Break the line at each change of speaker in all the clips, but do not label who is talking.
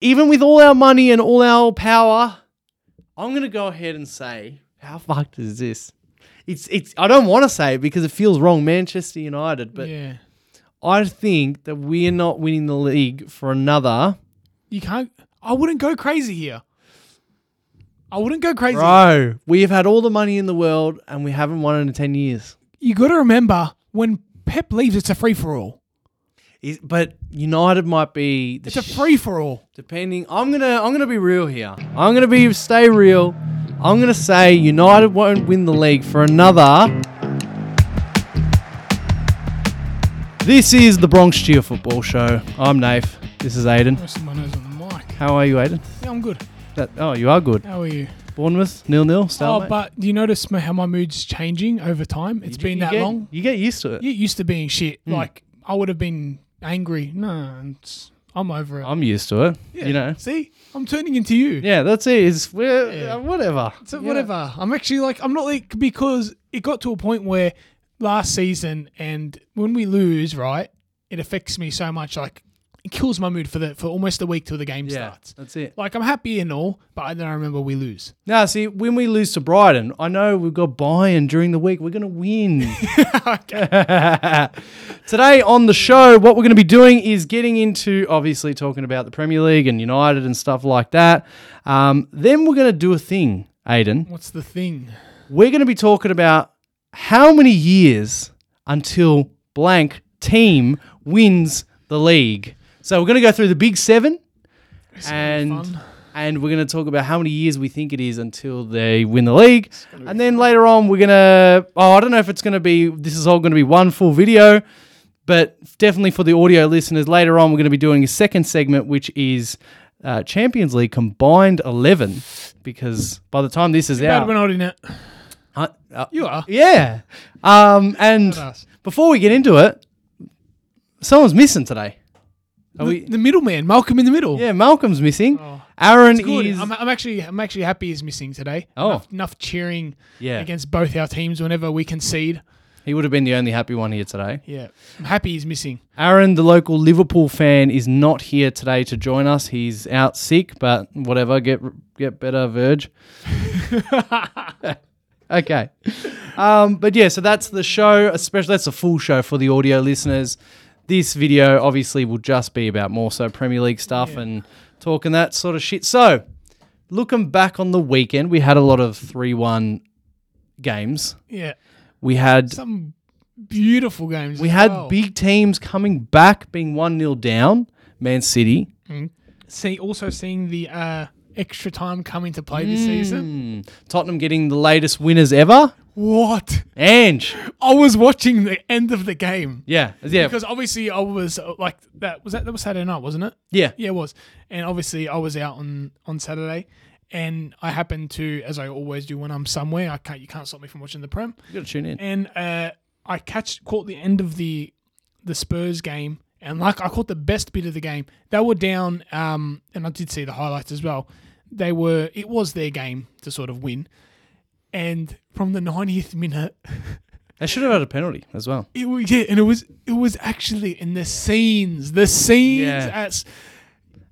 even with all our money and all our power, I'm gonna go ahead and say, how fucked is this? It's it's. I don't want to say it because it feels wrong, Manchester United. But
yeah,
I think that we're not winning the league for another.
you can't. I wouldn't go crazy here. I wouldn't go crazy.
Bro, we have had all the money in the world and we haven't won in ten years.
You got to remember when Pep leaves, it's a free for all.
Is- But United might be the
It's a free for all.
Depending, I'm gonna I'm gonna be real here. I'm gonna be stay real. I'm gonna say United won't win the league for another. This is the Bronx Cheer Football Show. I'm Nafe. This is Aiden.
Resting my nose on the mic.
How are you, Aiden?
Yeah, I'm good.
That, oh, you are good.
How are you?
Bournemouth nil nil.
Oh, but do you notice my, how my mood's changing over time? It's been that
get, Hmm.
long.
You get used to it.
It used to being shit. Like I would have been angry. No, it's, I'm over it.
I'm used to it.
Yeah.
You know.
See, I'm turning into you.
Yeah, that's it. It's we're,
Yeah.
uh, whatever.
So
You know?
whatever. I'm actually like I'm not like because it got to a point where last season and when we lose, right, it affects me so much. Like it kills my mood for the for almost a week till the game
Yeah,
starts.
that's it.
Like I'm happy and all, but then I remember we lose.
Now, see, when we lose to Brighton, I know we've got Bayern during the week. We're going to win. Today on the show, what we're going to be doing is getting into obviously talking about the Premier League and United and stuff like that. Um, then we're going to do a thing, Aiden.
What's the thing?
We're going to be talking about how many years until blank team wins the league. So we're going to go through the big seven and
fun.
and we're going to talk about how many years we think it is until they win the league. And then later on, we're going to. Oh, I don't know if it's going to be. This is all going to be one full video, but definitely for the audio listeners, later on, we're going to be doing a second segment, which is. Uh, Champions League combined eleven, because by the time this is
Bad
out,
we're not in it.
Huh? Uh,
You are.
yeah. Um, and
Not us.
before we get into it, someone's missing today. Are
The,
we?
the middleman, Malcolm in the middle.
Yeah, Malcolm's missing.
Oh.
Aaron
It's Good.
is.
I'm, I'm actually I'm actually happy he's missing today.
Oh.
Enough, enough cheering
Yeah.
against both our teams whenever we concede.
He would have been the only happy one here today.
Yeah. I'm happy he's missing.
Aaron, the local Liverpool fan, is not here today to join us. He's out sick, but whatever. Get get better, Verge. okay. Um, but yeah, so that's the show. Especially that's a full show for the audio listeners. This video obviously will just be about more so Premier League stuff and talking that sort of shit. So, looking back on the weekend, we had a lot of three-one games.
Yeah.
We had
some beautiful games.
We
as
had
well.
big teams coming back, being 1 0 down. Man City.
see also seeing the uh, extra time come into play
Mm.
this season.
Hmm. Tottenham getting the latest winners ever.
What?
Ange.
I was watching the end of the game
Yeah. Yeah.
because obviously I was uh, like that was that that was Saturday night, wasn't it?
yeah.
Yeah, it was. And obviously I was out on on Saturday. And I happened to, as I always do when I'm somewhere, I can't you can't stop me from watching the prem.
You got to tune in.
and uh, I catch caught the end of the the Spurs game, and like I caught the best bit of the game. They were down, um, and I did see the highlights as well. They were it was their game to sort of win, and from the 90th minute,
They should have had a penalty as well.
it was yeah, and it was it was actually in the scenes, the scenes
Yeah.
at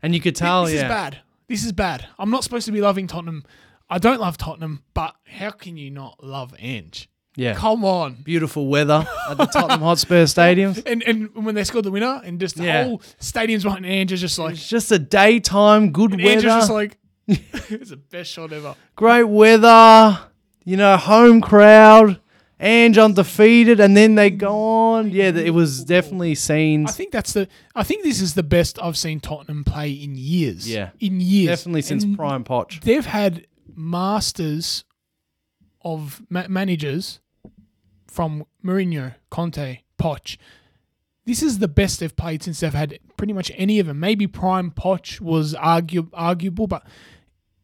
And you could tell,
this
yeah.
is bad. This is bad. I'm not supposed to be loving Tottenham. I don't love Tottenham, but how can you not love Ange?
Yeah.
Come on.
Beautiful weather at the Tottenham Hotspur stadiums.
And and when they scored the winner, and just the
Yeah.
whole stadium's behind Andrew's just like
It's just a daytime, good
Andrew's
weather,
just like it's the best shot ever.
great weather, you know, home crowd, Ange undefeated, and then they go on. Yeah, th- it was definitely
I
scenes.
think that's the I think this is the best I've seen Tottenham play in years.
Yeah.
In years.
Definitely since
And
prime Poch.
They've had masters of ma- managers from Mourinho, Conte, Poch. This is the best they've played since they've had pretty much any of them. Maybe prime Poch was argu- arguable, but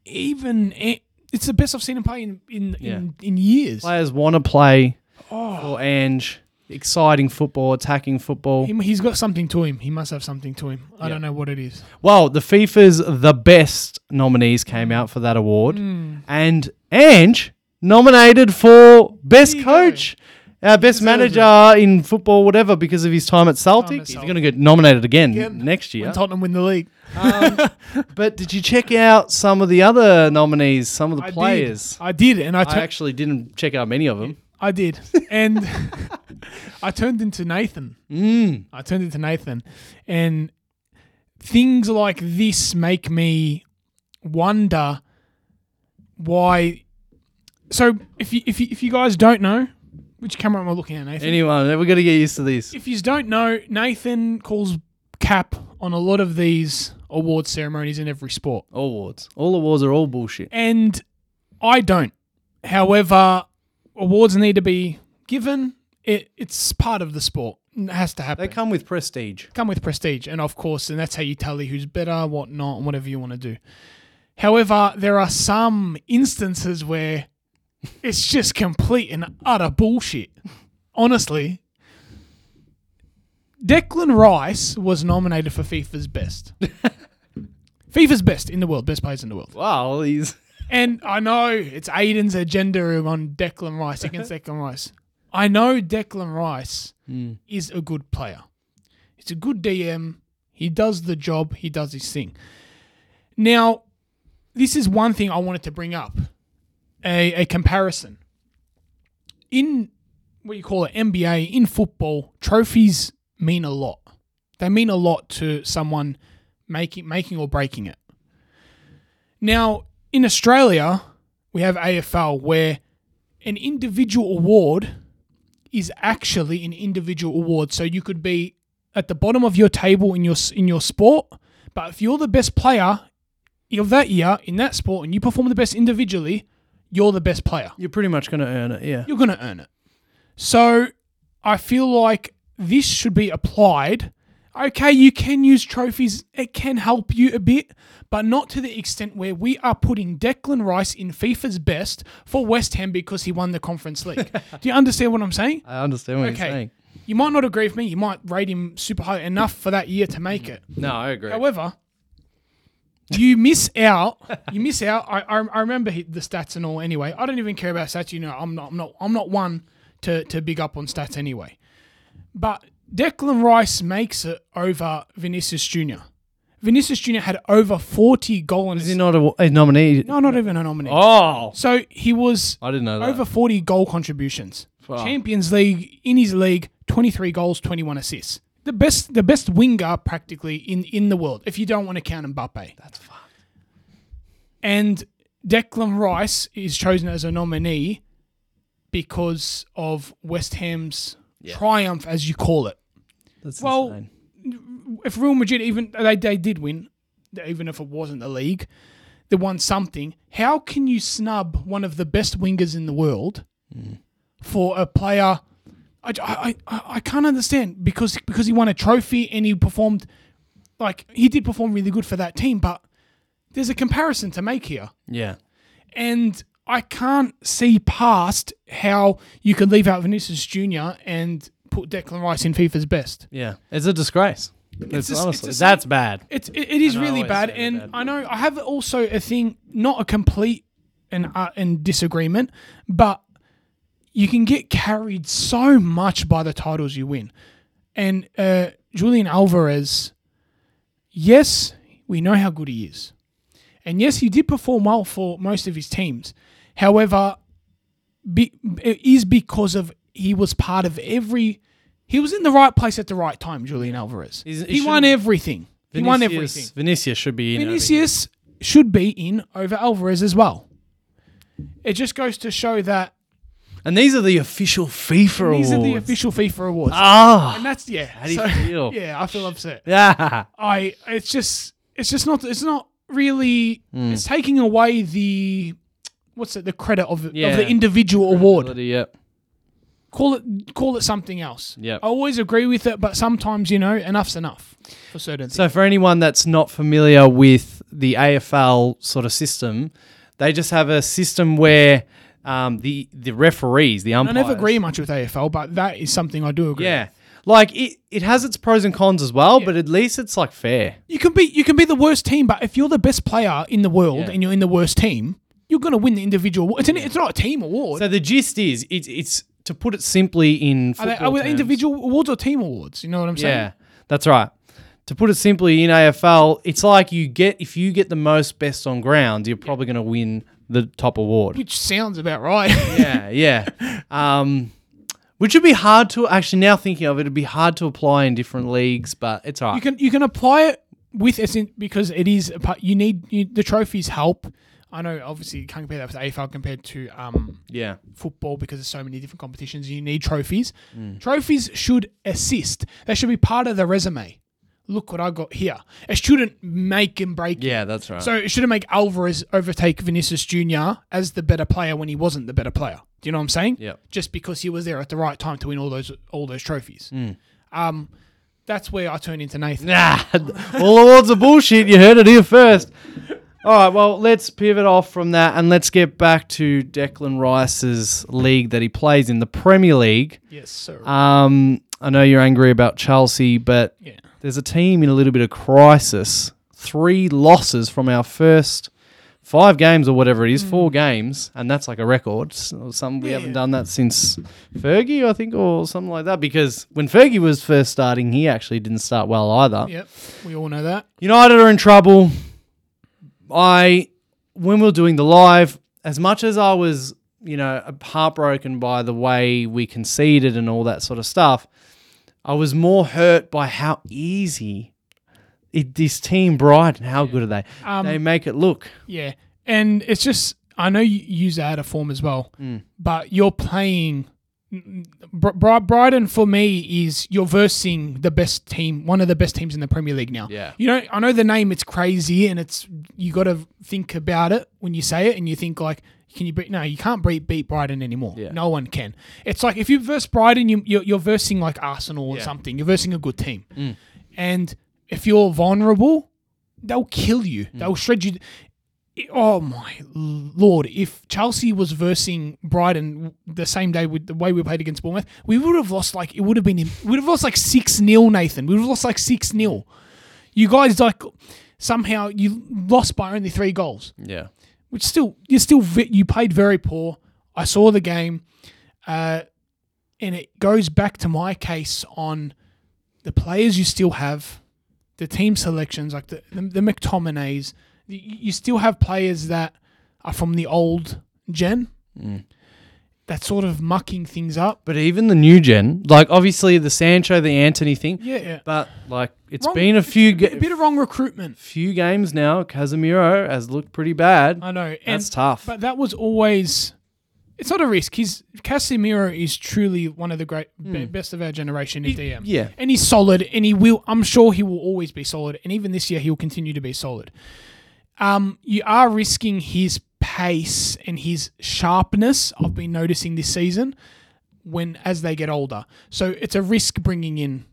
even it, it's the best I've seen him play in in,
Yeah.
in, in years.
Players want to play
Oh,
for Ange. Exciting football, attacking football.
he, has got something to him. He must have something to him. I
Yeah.
don't know what it is.
Well, the FIFA's the best nominees came out for that
Hmm.
award, and Ange nominated for best
you go.
coach. Our best manager in football, whatever, because of his time at Celtic. He's
Celtic.
going to get nominated again,
Again.
next
When
year.
Tottenham win the league.
but did you check out some of the other nominees, some of the
I did.
players?
I did, and I
I
tu-
actually didn't check out many of them.
I did, and I turned into Nathan.
Mm.
I turned into Nathan, and things like this make me wonder why. So, if you if you, if you guys don't know, which camera am I looking at, Nathan?
Anyone, we're going to get used to these.
If you don't know, Nathan calls cap on a lot of these award ceremonies in every sport,
All awards. All awards are all bullshit.
and I don't. However, awards need to be given. It, it's part of the sport. It has to happen.
They come with prestige.
come with prestige, and of course, and that's how you tally who's better, what not, and whatever you want to do. However, there are some instances where it's just complete and utter bullshit. Honestly, Declan Rice was nominated for FIFA's best. FIFA's best in the world, best players in the world.
Wow, these.
And I know it's Aiden's agenda on Declan Rice against Declan Rice. I know Declan Rice is a good player. He's a good DM. He does the job. He does his thing. Now, this is one thing I wanted to bring up a, a comparison. In what you call it, NBA, in football, trophies mean a lot. They mean a lot to someone making, making or breaking it. Now, in Australia, we have AFL where an individual award is actually an individual award. So you could be at the bottom of your table in your in your sport, but if you're the best player of that year in that sport and you perform the best individually, you're the best player
You're pretty much going to earn it, yeah.
you're going to earn it. So I feel like this should be applied. Okay, you can use trophies, it can help you a bit, but not to the extent where we are putting Declan Rice in FIFA's best for West Ham because he won the Conference League. Do you understand what I'm saying?
I understand what you're
Okay.
saying.
You might not agree with me, you might rate him super high enough for that year to make it.
No, I agree.
However, you miss out. You miss out. I, I, I remember he- the stats and all. Anyway, I don't even care about stats. You know, I'm not. I'm not. I'm not one to to big up on stats anyway. But Declan Rice makes it over Vinicius Junior. Vinicius Junior had over 40 goal and
Is he not a, a nominee?
no, not even a nominee.
Oh,
So he was
I didn't know that.
over 40 goal contributions.
Wow.
Champions League in his league, 23 goals, 21 assists. The best, the best winger practically in in the world. If you don't want to count Mbappe,
That's fucked.
and Declan Rice is chosen as a nominee because of West Ham's triumph, as you call it.
That's
Well,
insane.
If Real Madrid even they, they did win, even if it wasn't the league, they won something. How can you snub one of the best wingers in the world for a player? I, I, I, I can't understand because because he won a trophy and he performed like he did perform really good for that team, but there's a comparison to make here.
Yeah.
and I can't see past how you could leave out Vinicius Junior and put Declan Rice in FIFA's best.
Yeah. It's a disgrace. It's,
just- it's
honestly,
just-
that's bad.
It's it, it is
know, I
really
always
bad,
say they're
and
bad.
I know I have also a thing, not a complete and uh, and disagreement, but you can get carried so much by the titles you win, and uh, Julian Alvarez. Yes, we know how good he is, and yes, he did perform well for most of his teams. However, be, it is because of he was part of every. He was in the right place at the right time, Julian Alvarez.
He's- he
he won
shouldn't-
everything. He won everything.
Vinicius should be in. over here.
Vinicius should be in over Alvarez as well. It just goes to show that
And these are the official FIFA awards.
these are the official FIFA awards,
Ah.
and that's yeah. How
do you feel?
Yeah, I feel upset.
Yeah.
I it's just it's just not it's not really
Hmm.
it's taking away the what's it the credit of, of
Yeah.
the individual award.
Yep.
call it call it something else.
Yep.
I always agree with it, but sometimes you know enough's enough for certain things.
So for anyone that's not familiar with the AFL sort of system, they just have a system where um, the the referees, the
I
umpires,
never agree much with AFL, but that is something I do agree. with.
Yeah. Like it, it has its pros and cons as well, but at least it's like fair.
You can be you can be the worst team, but if you're the best player in the world
Yeah.
and you're in the worst team, you're gonna win the individual. It's an, it's not a team award.
So the gist is, it's it's to put it simply in
Are they,
football
are they
terms-
individual awards or team awards? You know what I'm saying?
Yeah, that's right. To put it simply, in AFL, it's like you get if you get the most best on ground, you're probably going to win the top award.
Which sounds about right.
yeah, yeah. Um, which would be hard to actually now thinking of it, it'd be hard to apply in different leagues, but it's all
you
right.
can you can apply it with it's in, because it is a part, you need you, the trophies help. I know obviously you can't compare that with AFL compared to um,
yeah,
football because there's so many different competitions. You need trophies.
Mm.
Trophies should assist. They should be part of the resume. Look what I got here. It shouldn't make and break. you.
yeah, that's right.
So it shouldn't make Alvarez overtake Vinicius Junior as the better player when he wasn't the better player. Do you know what I'm saying?
Yep.
Just because he was there at the right time to win all those all those trophies. Um, that's where I turn into Nathan.
Hmm. Nah, all awards are bullshit. You heard it here first. All right, well, let's pivot off from that and let's get back to Declan Rice's league that he plays in, the Premier League.
Yes, sir.
Um, I know you're angry about Chelsea, but
yeah.
there's a team in a little bit of crisis. Three losses from our first five games or whatever it is, four games, and that's like a record. S- or Something we
Yeah,
haven't
yeah.
done that since Fergie, I think, or something like that. Because when Fergie was first starting, he actually didn't start well either.
Yep. We all know that.
United are in trouble. I, when we were doing the live, as much as I was, you know, heartbroken by the way we conceded and all that sort of stuff, I was more hurt by how easy it, this team Brighton, how good are they?
Um,
they make it look.
Yeah, and it's just I know you use that out of form as well,
Mm.
but you're playing. Br- Br- Brighton for me is you're versing the best team, one of the best teams in the Premier League now.
Yeah.
you know I know the name. It's crazy, and it's you got to think about it when you say it, and you think like, can you beat? No, you can't beat beat Brighton anymore.
Yeah.
No one can. It's like if you verse Brighton, you, you're, you're versing like Arsenal or
Yeah. Mm.
something. You're versing a good team, and if you're vulnerable, they'll kill you.
Mm.
They'll shred you. It- Oh my lord! If Chelsea was versing Brighton the same day with the way we played against Bournemouth, we would have lost like it would have been we would have lost like six 0 Nathan. We would have lost like six 0 You guys like somehow you lost by only three goals
Yeah.
which still you still ve- you played very poor. I saw the game, uh, and it goes back to my case on the players you still have, the team selections like the the, the McTominays. You, you still have players that are from the old gen. That's sort of mucking things up.
But even the new gen, like obviously the Sancho, the Anthony thing,
Yeah, yeah.
but like it's
Wrong-
been a few
A
ga-
bit of wrong recruitment.
few games now. Casemiro has looked pretty bad.
I know. And
That's tough.
But that was always. It's not a risk. He's Casemiro is truly one of the great be- best of our generation in DM.
Hmm. yeah.
and he's solid, and he will. I'm sure he will always be solid, and even this year he will continue to be solid. Um, you are risking his pace and his sharpness. I've been noticing this season when as they get older, so it's a risk bringing in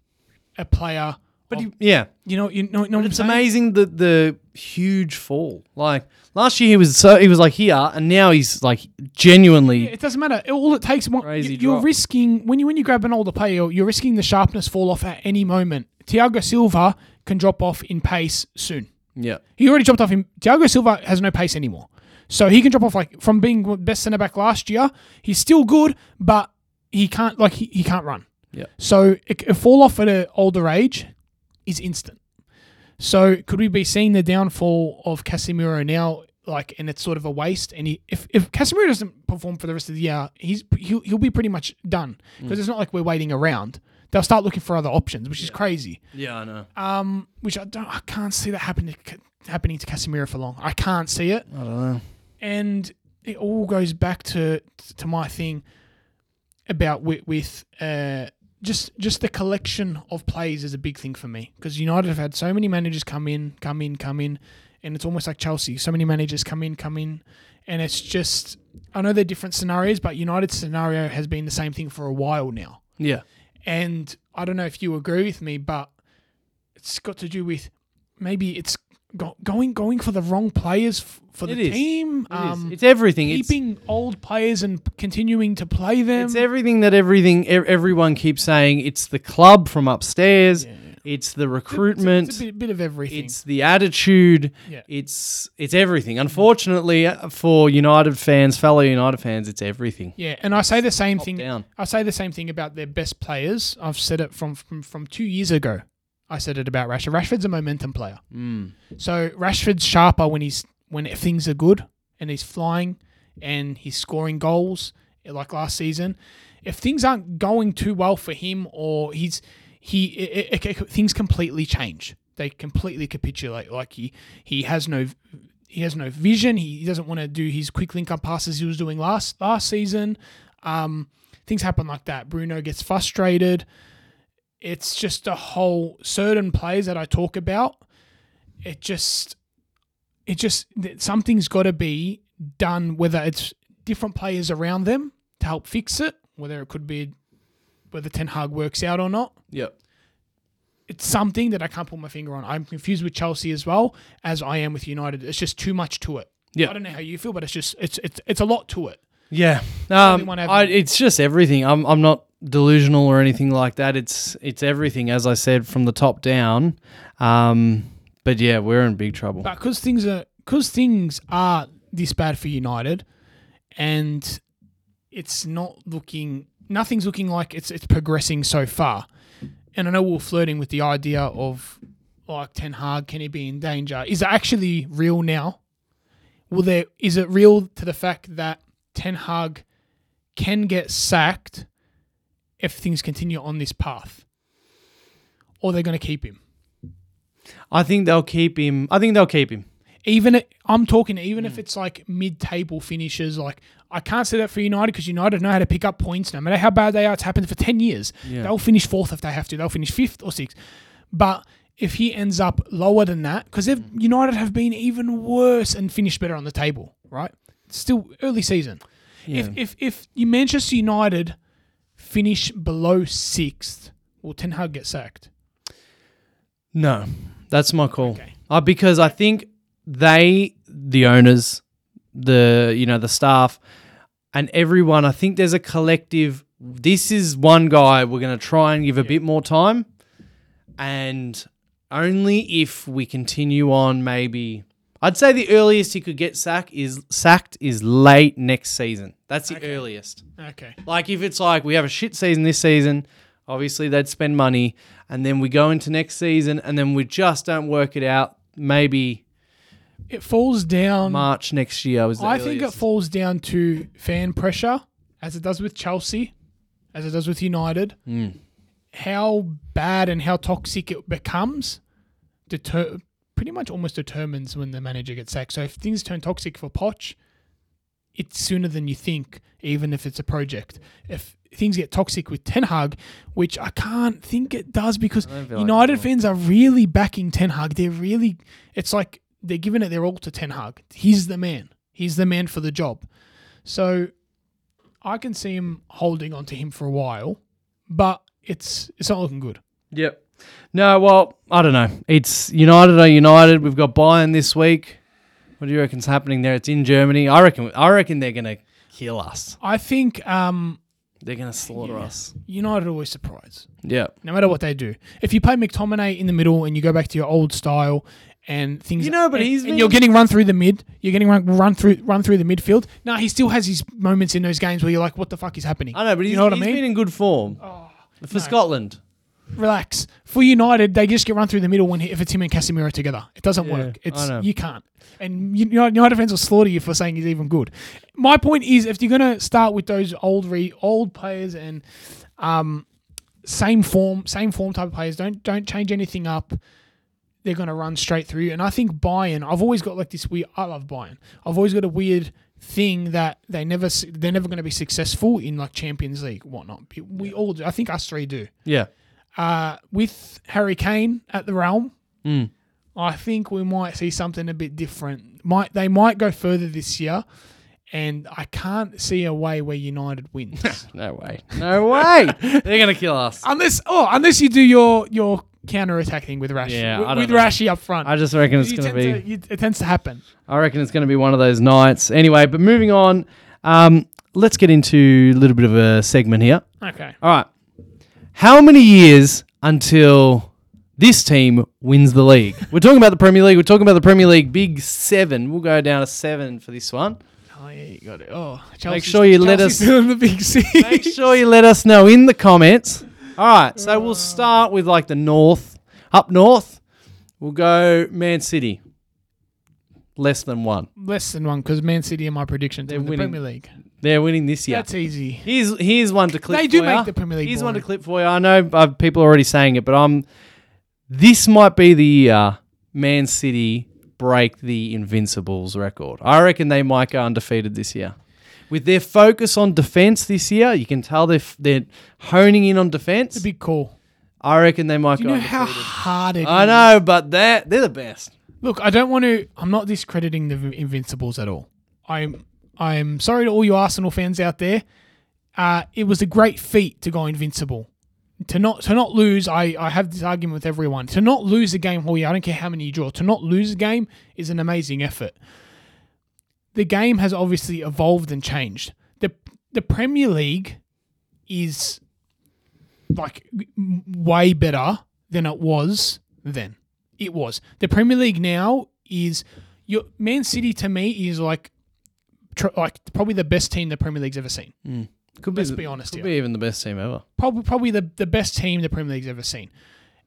a player. But
But he- yeah.
you know, you know, you know what I'm
It's
saying?
amazing the the huge fall. Like last year, he was so he was like here, and now he's like genuinely.
It doesn't matter. It- All it takes, one,
Crazy
you- you're
drop.
risking when you when you grab an older player, you're- you're risking the sharpness fall off at any moment. Thiago Silva can drop off in pace soon.
Yeah,
He already dropped off. In Thiago Silva has no pace anymore, so he can drop off like from being best centre back last year. He's still good, but he can't like he, he can't run.
Yeah.
So a, a fall off at an older age is instant. So could we be seeing the downfall of Casemiro now? Like, and it's sort of a waste. And he, if if Casemiro doesn't perform for the rest of the year, he's he'll, he'll be pretty much done
Mm.
because it's not like we're waiting around. They'll start looking for other options, which is crazy.
yeah, I know.
Um, which I don't, I can't see that happening to, happening to Casemiro for long. I can't see it,
I don't know.
and it all goes back to to my thing about with, with uh just just the collection of plays is a big thing for me because United have had so many managers come in, come in, come in, and it's almost like Chelsea. So many managers come in, come in, and it's just I know they're different scenarios, but United's scenario has been the same thing for a while now.
Yeah,
And I don't know if you agree with me, but it's got to do with maybe it's go- going going for the wrong players f- for the
It is.
team.
It is.
um,
it's everything. It's,
keeping old players and p- continuing to play them.
it's everything that everything e- everyone keeps saying. It's the club from upstairs. It's the recruitment.
It's a bit, bit of everything.
It's the attitude.
Yeah.
It's it's everything. Unfortunately, uh, for United fans, fellow United fans, it's everything.
yeah, and I say the same thing.
down.
I say the same thing about their best players. I've said it from from, from two years ago. I said it about Rashford. Rashford's a momentum player.
Mm.
So Rashford's sharper when he's when things are good and he's flying and he's scoring goals eh, like last season. If things aren't going too well for him or he's he eh, i i i- things completely change. They completely capitulate. Like he he has no he has no vision. He doesn't want to do his quick link up passes he was doing last last season. Um, things happen like that. Bruno gets frustrated. It's just a whole certain plays that I talk about it just it just that something's got to be done whether it's different players around them to help fix it whether it could be whether ten hag works out or not
Yep.
it's something that i can't put my finger on i'm confused with chelsea as well as i am with united it's just too much to it
Yeah.
i don't know how you feel but it's just it's it's, it's a lot to it
Yeah.
only
Um,
one
I,
avenue.
it's just everything. I'm I'm not delusional or anything like that. It's it's everything, as I said, from the top down. Um, but yeah, we're in big trouble.
But because things are because things are this bad for United, and it's not looking nothing's looking like it's it's progressing so far. And I know we're flirting with the idea of like Ten Hag, can he be in danger? Is it actually real now? Will there is it real to the fact that Ten Hag can get sacked if things continue on this path? Or they're going to keep him.
I think they'll keep him. I think they'll keep him.
even i- I'm talking even
Mm.
if it's like mid-table finishes, like I can't say that for United because United know how to pick up points no matter how bad they are. It's happened for ten years.
Yeah.
They'll finish fourth if they have to. They'll finish fifth or sixth. But if he ends up lower than that, because
Mm.
United have been even worse and finished better on the table, right? It's still early season.
Yeah.
If if if you Manchester United finish below sixth, will Ten Hag get sacked?
No, that's my call.
Okay.
Uh, because I think they, the owners, the you know the staff, and everyone. I think there's a collective. This is one guy we're going to try and give a bit more time, and only if we continue on. Maybe I'd say the earliest he could get sacked is sacked is late next season. That's the earliest.
Okay.
Like if it's like we have a shit season this season, obviously they'd spend money, and then we go into next season, and then we just don't work it out. Maybe
It falls down
March next year was. The
I think it
earliest.
falls down to fan pressure, as it does with Chelsea, as it does with United. How bad and how toxic it becomes deter- pretty much almost determines when the manager gets sacked. So if things turn toxic for Poch, it's sooner than you think, even if it's a project. If things get toxic with Ten Hag, which I can't think it does because
don't feel like
United
it will.
fans are really backing Ten Hag. They're really, it's like they're giving it their all to Ten Hag. He's the man. He's the man for the job. So I can see him holding on to him for a while, but it's it's not looking good.
Yep. No, well, I don't know. It's United are United. We've got Bayern this week. What do you reckon's happening there? It's in Germany. I reckon. I reckon they're gonna kill us.
I think um,
They're gonna slaughter us.
United always surprise.
Yeah.
no matter what they do. If you play McTominay in the middle and you go back to your old style and things,
You know, but
and,
he's
and you're
been-
getting run through the mid, you're getting run, run through run through the midfield. Now he still has his moments in those games where you're like, what the fuck is happening?
I know, but he's,
you know what I
he's
mean. Oh,
been in good form for Scotland.
Relax. For United, they just get run through the middle when he, if it's him and Casemiro together. It doesn't
Yeah,
work. It's
I know.
you can't. And you- United, United fans will slaughter you for saying he's even good. My point is, if you're gonna start with those old re old players and um, same form, same form type of players, don't don't change anything up. They're gonna run straight through. you. And I think Bayern, I've always got like this weird. I love Bayern. I've always got a weird thing that they never s- they're never gonna be successful in like Champions League whatnot. We all do. I think us three do
Yeah.
uh, with Harry Kane at the realm,
Hmm.
I think we might see something a bit different. Might they might go further this year, and I can't see a way where United wins
No way. No way. they're gonna kill us.
unless oh unless you do your your counter attacking with Rashi
Yeah,
with,
I don't
with
know.
Rashi up front.
I just reckon it's
You
gonna
tend
be.
to- you- it tends to happen.
I reckon it's going to be one of those nights. Anyway, but moving on, um, let's get into a little bit of a segment here.
Okay,
All right. How many years until this team wins the league. we're talking about the Premier League. We're talking about the Premier League Big Seven. We'll go down to seven for this one.
Oh, yeah, you got it. Oh, Chelsea's,
sure you let
Chelsea's
us-
still in the big six.
Make sure you let us know in the comments. All right, so we'll start with like the north. Up north, we'll go Man City. Less than one.
Less than one because Man City are my prediction. They're
They're
in the
winning.
Premier League.
They're winning this year.
That's easy.
Here's here's one to clip.
They do
for ya.
make the Premier League
Here's one to
boring.
clip for you. I know uh, people are already saying it, but I'm. This might be the year Man City break the Invincibles record. I reckon they might go undefeated this year. With their focus on defense this year, you can tell they're f- they're honing in on defense.
It's a big call.
I reckon they might
Do you
go
know how
undefeated.
hard it is?
I know, but that they're the best.
Look, I don't want to. I'm not discrediting the Invincibles at all. I'm. I'm sorry to all you Arsenal fans out there. Uh, it was a great feat to go invincible. To not to not lose, I, I have this argument with everyone. To not lose a game all year, I don't care how many you draw. To not lose a game is an amazing effort. The game has obviously evolved and changed. the The Premier League is like m- way better than it was then. It was. The Premier League now is your Man City to me is like tr- like probably the best team the Premier League's ever seen.
Could be,
Let's
the-
be honest
Could
here.
be even the best team ever.
Probably probably the, the best team the Premier League's ever seen.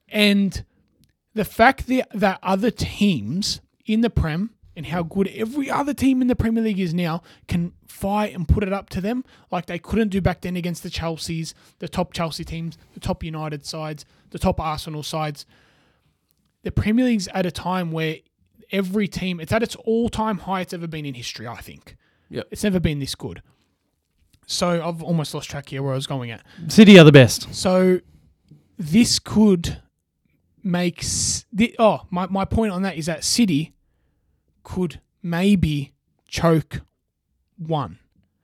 And the fact that that other teams in the Prem and how good every other team in the Premier League is now can fight and put it up to them like they couldn't do back then against the Chelseas, the top Chelsea teams, the top United sides, the top Arsenal sides. The Premier League's at a time where every team it's at its all-time high it's ever been in history, I think.
Yep.
It's never been this good. So I've almost lost track here where I was going at.
City are the best.
So this could make s- the oh my, my point on that is that City could maybe choke one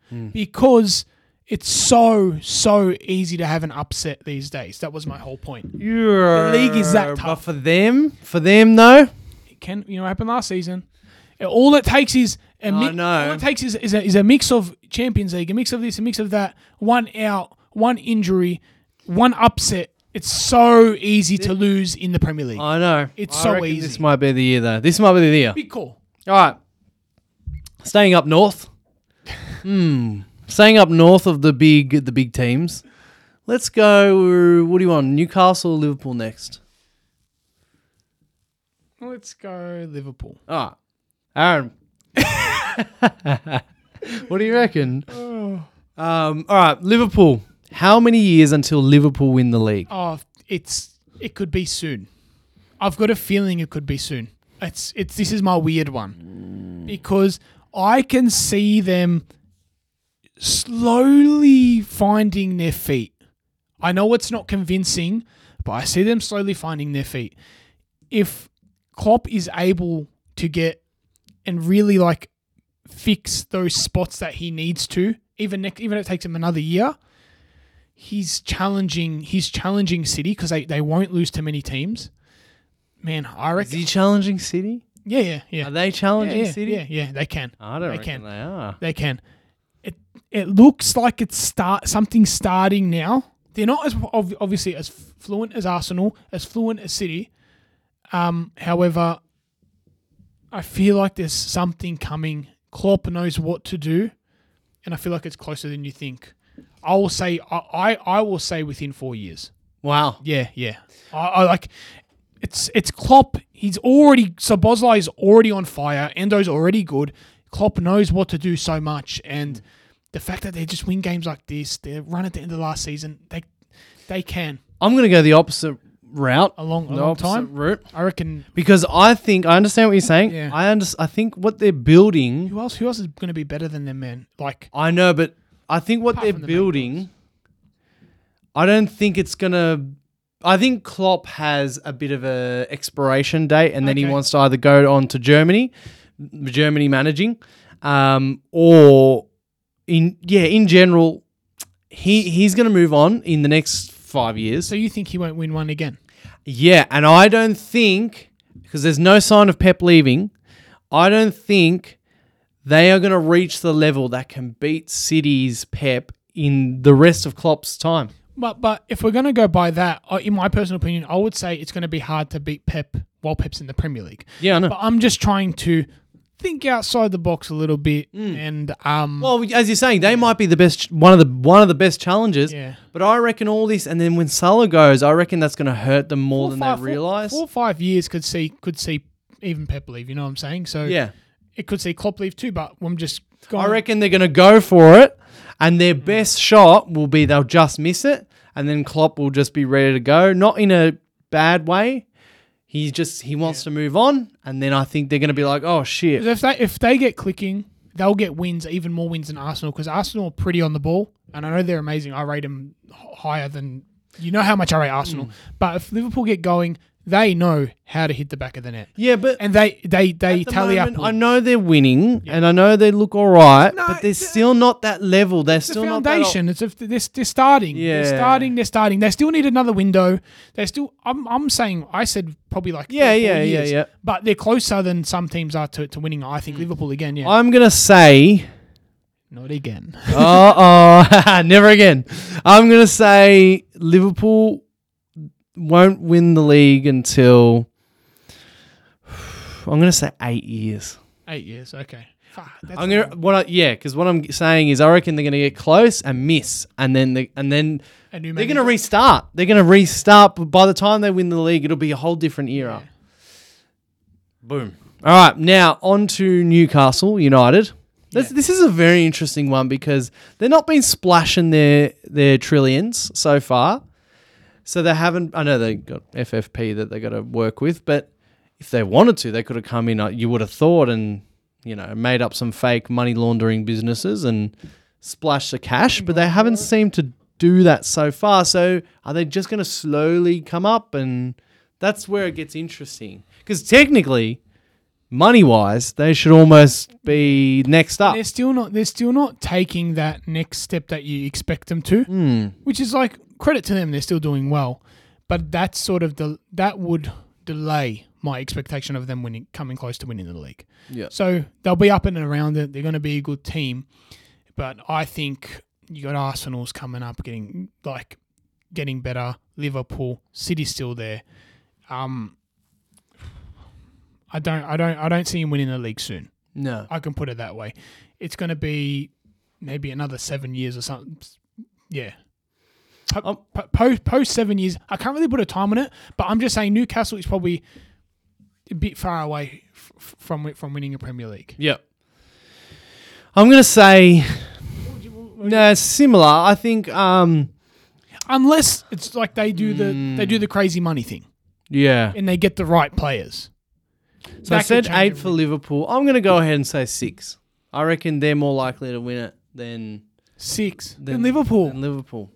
Hmm.
because it's so so easy to have an upset these days. That was my whole point.
The
league is that tough.
for them, for them though,
It can you know what happened last season? Uh, All it takes is a mi-
I know.
all it takes is is a, is a mix of Champions League, a mix of this, a mix of that, one out, one injury, one upset. It's so easy to lose in the Premier League.
I know.
It's
I
so
reckon
easy.
This might be the year though. This might be the year.
Big call.
All right. Staying up north. Hmm. Staying up north of the big the big teams. Let's go. What do you want? Newcastle, or Liverpool next.
Let's go Liverpool.
All right. Aaron. what do you reckon?
Oh,
Um, all right, Liverpool. How many years until Liverpool win the league?
Oh, it's it could be soon. I've got a feeling it could be soon. It's it's this is my weird one because I can see them slowly finding their feet. I know it's not convincing, but I see them slowly finding their feet. If Klopp is able to get and really like fix those spots that he needs to, even next, even if it takes him another year, he's challenging he's challenging City because they, they won't lose to many teams. Man, I
Is
reckon.
he challenging City?
Yeah, yeah, yeah.
Are they
yeah,
challenging
yeah,
City?
yeah, yeah, they can.
I don't
They
reckon
can.
they are.
They can. It it looks like it's start something starting now. They're not as ob- obviously as fluent as Arsenal, as fluent as City. Um, however, I feel like there's something coming. Klopp knows what to do, and I feel like it's closer than you think. I will say, I, I, I will say within four years.
Wow.
Yeah, yeah. I, I like it's it's Klopp. He's already so Bosley is already on fire. Endo's already good. Klopp knows what to do so much, and the fact that they just win games like this, they run at the end of last season. They they can
I'm going to go the opposite route.
a long, a
the
long
opposite
time.
route.
I reckon.
Because I think I understand what you're saying.
Yeah.
I under, I think what they're building.
Who else? Who else is going to be better than them, man? Like
I know, but I think what
Apart
they're
from the main
building. I don't think it's gonna. I think Klopp has a bit of a expiration date, and then he
Okay.
wants to either go on to Germany, Germany managing, um, or in yeah, in general, he he's gonna move on in the next five years.
so, you think he won't win one again?
Yeah, and I don't think because there's no sign of Pep leaving. I don't think they are going to reach the level that can beat City's Pep in the rest of Klopp's time.
But but if we're gonna go by that, I- in my personal opinion, I would say it's gonna be hard to beat Pep while Pep's in the Premier League.
Yeah, I know.
But I'm just trying to think outside the box a little bit and um
Hmm. Well, as you're saying, they might be the best, one of the one of the best challenges.
Yeah.
But I reckon all this, and then when Salah goes, I reckon that's going to hurt them more
four,
than
five-
they
four-
realize.
Four or five years could see could see even Pep leave, you know what I'm saying? So
yeah,
it could see Klopp leave too, but I'm just going
I reckon they're going to go for it, and
Hmm.
their best shot will be they'll just miss it, and then Klopp will just be ready to go. Not in a bad way. He's just he wants to move on, and then I think they're going to be like, oh shit.
if they if they get clicking, they'll get wins, even more wins than Arsenal, because Arsenal are pretty on the ball, and I know they're amazing. I rate them higher than you know how much I rate Arsenal.
Hmm.
But if Liverpool get going, they know how to hit the back of the net,
Yeah, but
and they they they
at the
tally
moment,
up.
I
wins.
know they're winning, and I know they look all right,
No,
but they're
the-
still not that level. They're
It's
still
the
not that.
foundation. It's if they're, they're starting.
Yeah.
They're starting. They're starting. They still need another window. They still. I'm. I'm saying. I said probably like.
Yeah,
three or four
yeah, yeah,
years.
yeah. Hmm.
But they're closer than some teams are to, to winning. I think Liverpool again. Yeah.
I'm gonna say
Not again.
uh oh, never again. I'm going to say Liverpool won't win the league until I'm going to say eight years.
Eight years. Okay. Fuck, that's
I'm gonna what I, yeah, because what I'm saying is I reckon they're going to get close and miss, and then the, and then
a new
they're
manager.
going to restart. They're going to restart. But by the time they win the league, it'll be a whole different era. Boom. All right, now on to Newcastle United. This, this is a very interesting one because they've not been splashing their their trillions so far. So they haven't. I know they got FFP that they got to work with, but if they wanted to, they could have come in. uh, You would have thought and you know made up some fake money laundering businesses and splashed the cash, but they haven't seemed to do that so far. So are they just going to slowly come up? And that's where it gets interesting because technically, money wise, they should almost be next up.
they're still not they're still not taking that next step that you expect them to
Hmm.
which is like credit to them they're still doing well but that's sort of the that would delay my expectation of them winning coming close to winning the league
Yeah.
so they'll be up and around it they're going to be a good team but i think you got arsenal's coming up getting like getting better liverpool city's still there um I don't, I don't, I don't see him winning the league soon.
No.
I can put it that way. It's going to be maybe another seven years or something. Yeah. Po-
Um,
po- post, post seven years, I can't really put a time on it, but I'm just saying Newcastle is probably a bit far away f- f- from wi- from winning a Premier League.
Yeah. I'm going to say no, similar. I think um
Unless it's like they do the they do the crazy money thing
yeah.
and they get the right players.
So I
That could
said
change
eight for
everything.
Liverpool. I'm going to go ahead and say six. I reckon they're more likely to win it than
six. Then,
than-
Liverpool.
Than Liverpool,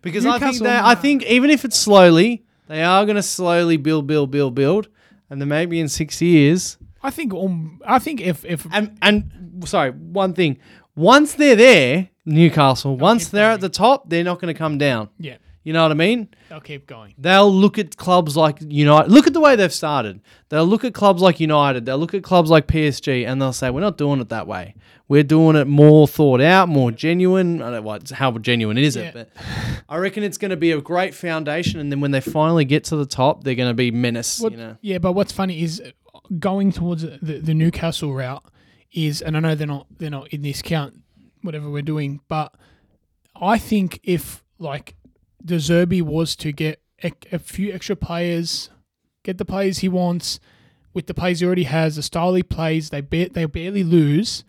because I think
Newcastle,
they, I
nah.
think even if it's slowly, they are going to slowly build, build, build, build, and then maybe in six years.
I think um, I think if if
And and sorry, one thing. Once they're there, Newcastle. Once
keep
they're at the top, they're not going to come down.
yeah,
You know what I mean?
they'll keep going.
They'll look at clubs like United. Look at the way they've started. They'll look at clubs like United. They'll look at clubs like PSG, and they'll say, "We're not doing it that way. We're doing it more thought out, more genuine." I don't know what how genuine is it,
Yeah.
but I reckon it's going to be a great foundation. And then when they finally get to the top, they're going to be menace.
What-
you know,
Yeah, but what's funny is uh, going towards the, the Newcastle route is, and I know they're not they're not in this count, whatever we're doing, but I think if like the Zerbi was to get a, a few extra players, get the players he wants with the players he already has, the style he plays, they ba- they barely lose.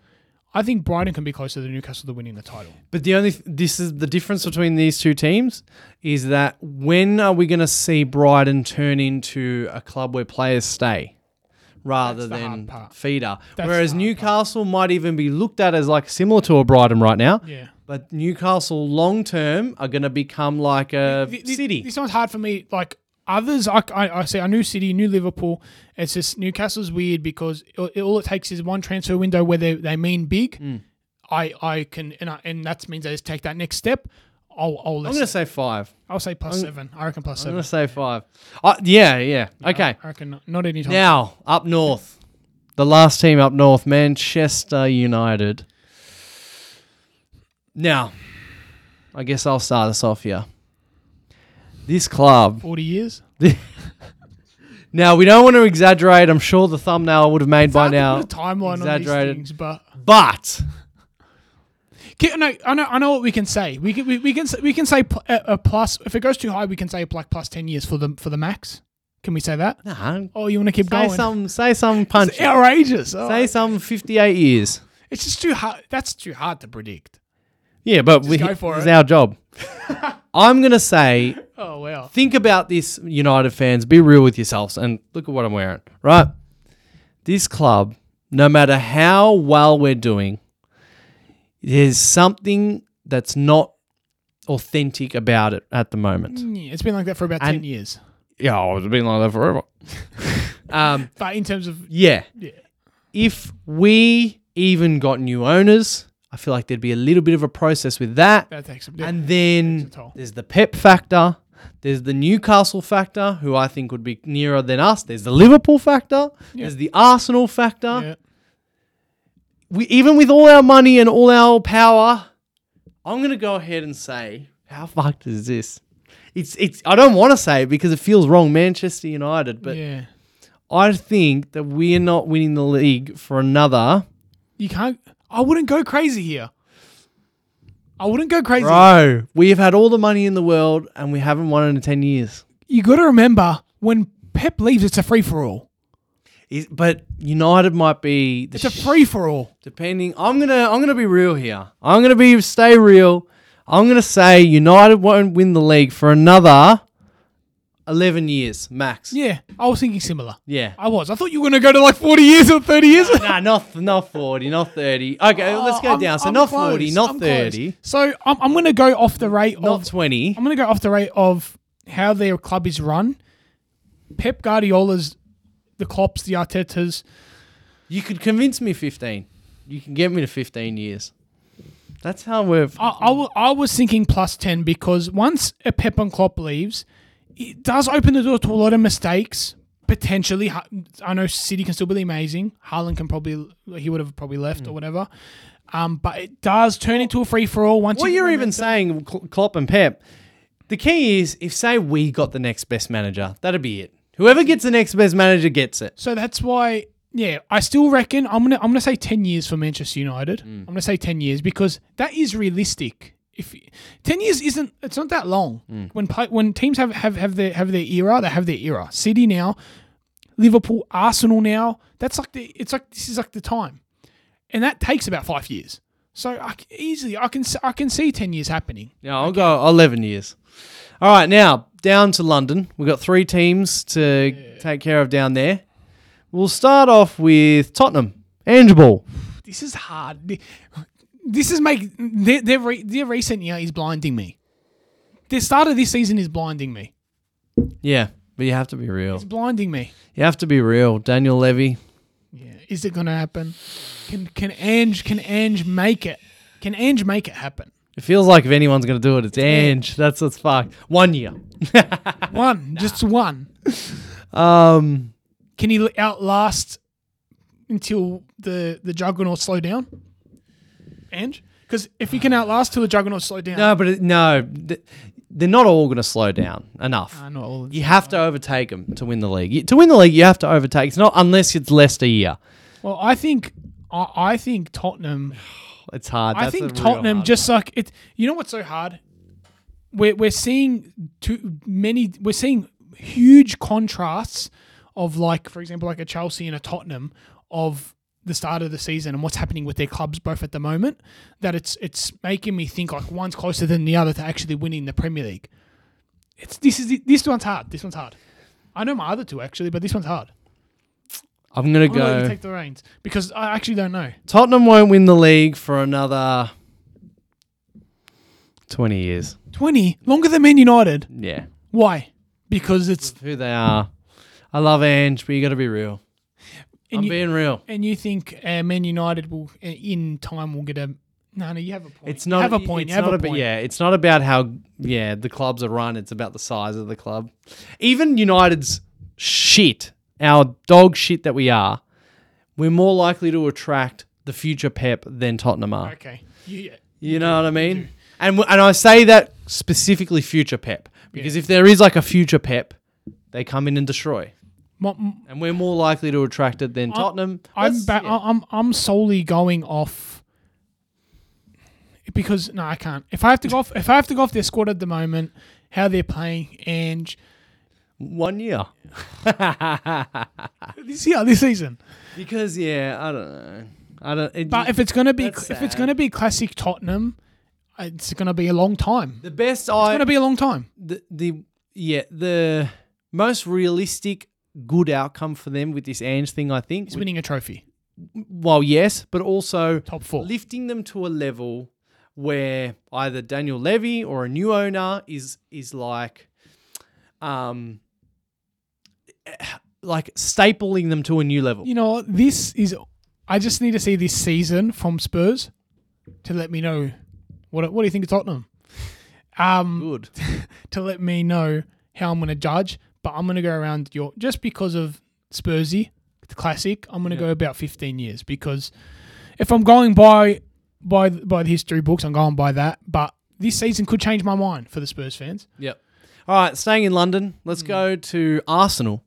I think Brighton can be closer to Newcastle to winning the title.
But the only th- this is the difference between these two teams is that when are we going to see Brighton turn into a club where players stay rather
That's the hard
than
part.
feeder?
That's
Whereas
the hard
Newcastle might even be looked at as like similar to a Brighton right now.
Yeah.
But Newcastle long term are going to become like a
Th- th-
city.
This one's hard for me. Like others, I, I, I say I knew City, knew Liverpool. It's just Newcastle's weird because it, it- all it takes is one transfer window where they, they mean big.
Mm.
I I can and I, and that means I just take that next step. I'll I'll
I'm
listen.
going to say five.
I'll say plus seven. I reckon plus
I'm going
seven.
to say five. Uh, yeah, yeah. Okay.
I reckon not, not any time.
Now, up north. The last team up north, Manchester United. Now, I guess I'll start us off here. This club.
40 years?
Now we don't want to exaggerate. I'm sure the thumbnail would have made by
Hard to
now.
put a timeline on these
Exaggerated.
things, but
But
Ki- no, I know, I know what we can say. We can, we, we can, say- we can say pl- a, a plus. If it goes too high, we can say like plus ten years for the for the max. Can we say that?
nah,
Oh, you want to keep
say
going?
some, say some punch.
It's outrageous. Oh,
Say some 58 years.
it's just too hard. That's too hard to predict.
Yeah, but we,
go for
it's
it.
our job. I'm gonna say,
Oh wow.
think about this, United fans. Be real with yourselves, and look at what I'm wearing. Right, this club, no matter how well we're doing, there's something that's not authentic about it at the moment.
Yeah, it's been like that for about ten
And-
years.
Yeah, oh, it's been like that forever. um,
But in terms of
yeah.
Yeah.
If we even got new owners, I feel like there'd be a little bit of a process with that.
that takes
And
takes
then
a toll.
there's the Pep factor. There's the Newcastle factor, who I think would be nearer than us. There's the Liverpool factor. There's the Arsenal factor.
yeah.
We, even with all our money and all our power, I'm gonna go ahead and say, how fucked is this? It's it's. I don't want to say it because it feels wrong, Manchester United. But
yeah.
I think that we're not winning the league for another.
You can't. I wouldn't go crazy here. I wouldn't go crazy.
Bro, we have had all the money in the world and we haven't won in ten years.
You got to remember when Pep leaves, it's a free for all.
Is- but United might be the
It's a free for all.
depending i'm gonna i'm gonna be real here i'm gonna be stay real i'm gonna say united won't win the league for another 11 years max
Yeah, I was thinking similar.
yeah
I was. I thought you were going to go to like 40 years or 30 years.
nah not not 40 not 30 okay let's go
Oh, I'm-
down so
I'm
not
close.
40 not
I'm close.
30
So I'm, I'm going to go off the rate
not
of
20
I'm going to go off the rate of how their club is run. Pep Guardiola's, the Klopps, the Artetas.
you could convince me 15 you can get me to 15 years that's how we're
I, I, wa- I was thinking plus 10 because once a Pep and Klopp leaves, it does open the door to a lot of mistakes. Potentially, Ha- I know City can still be amazing. Haaland can probably he would have probably left or whatever. Um, but it does turn into a free for all once.
what
you
you're
remember-
even saying Kl- klopp and pep the key is if say we got the next best manager that'd be it whoever gets the next best manager gets it
So that's why, yeah, I still reckon I'm gonna I'm gonna say ten years for Manchester United. I'm gonna say ten years because that is realistic. If ten years isn't, it's not that long. When play, when teams have, have have their have their era, they have their era. City now, Liverpool, Arsenal now. That's like the it's like this is like the time, and that takes about five years. So I c easily I can s- I can see ten years happening.
Yeah, I'll go 11 years. All right, now down to London. We've got three teams to take care of down there. We'll start off with Tottenham. Angeball.
This is hard. This is make their their, re, their recent year is blinding me. The start of this season is blinding me.
Yeah, but you have to be real.
It's blinding me.
You have to be real. Daniel Levy.
Yeah. Is it gonna happen? Can can Ange can Ange make it? Can Ange make it happen?
It feels like if anyone's going to do it, it's Ange. That's what's fucked. One year.
One, just one.
Um,
Can he outlast until the the juggernaut slow down? Ange, because if he can outlast till the juggernaut slow down,
no, but it, no, th- they're not all going to slow down enough.
Ah, not all of
You have to overtake them to win the league. You- To win the league, you have to overtake. It's not unless it's Leicester year.
Well, I think I, I think Tottenham.
It's hard.
I
That's a
think
real
Tottenham
hard
just like it. You know what's so hard? We're we're seeing too many. We're seeing huge contrasts of like, for example, like a Chelsea and a Tottenham of the start of the season and what's happening with their clubs both at the moment. That it's it's making me think like one's closer than the other to actually winning the Premier League. It's this is this one's hard. This one's hard. I know my other two actually, but this one's hard.
I'm going
I'm
to
gonna
go.
let you take the reins because I actually don't know.
Tottenham won't win the league for another 20 years.
Twenty longer than Man United.
Yeah.
Why? Because it's
Who they are. I love Ange, but you got to be real.
and
I'm
you-
being real.
And you think uh, Man United will, uh, in time, will get a? No, no, you have a point.
It's not
you have a
It's
point. You have
not
a
about,
point.
Yeah, it's not about how yeah the clubs are run. It's about the size of the club. Even United's shit, our dog shit that we are, we're more likely to attract the future Pep than Tottenham are.
Okay. You, yeah.
You know what I mean? And w- and I say that specifically future Pep Because if there is like a future Pep, they come in and destroy,
My- m-
and we're more likely to attract it than Tottenham.
I'm
That's-
ba-
yeah.
I'm I'm solely going off because no, I can't. If I have to go off, if I have to go off their squad at the moment, how they're playing, and
one year.
this yeah, this season.
Because yeah, I don't know. I don't. It,
But if it's gonna be
That's
if it's
sad.
gonna be classic Tottenham, it's gonna be a long time.
the best
It's
I
gonna be a long time.
the, the yeah the most realistic good outcome for them with this Ange thing, I think.
He's winning a trophy,
Well, yes, but also
top four.
lifting them to a level where either Daniel Levy or a new owner is is like um eh, like stapling them to a new level.
You know, what? this is. I just need to see this season from Spurs to let me know what what do you think of Tottenham. Um,
Good.
to let me know how I'm going to judge, but I'm going to go around your just because of Spursy, the classic. I'm going to go about 15 years because if I'm going by by by the history books, I'm going by that. But this season could change my mind for the Spurs fans.
Yep. All right, staying in London, let's go to Arsenal.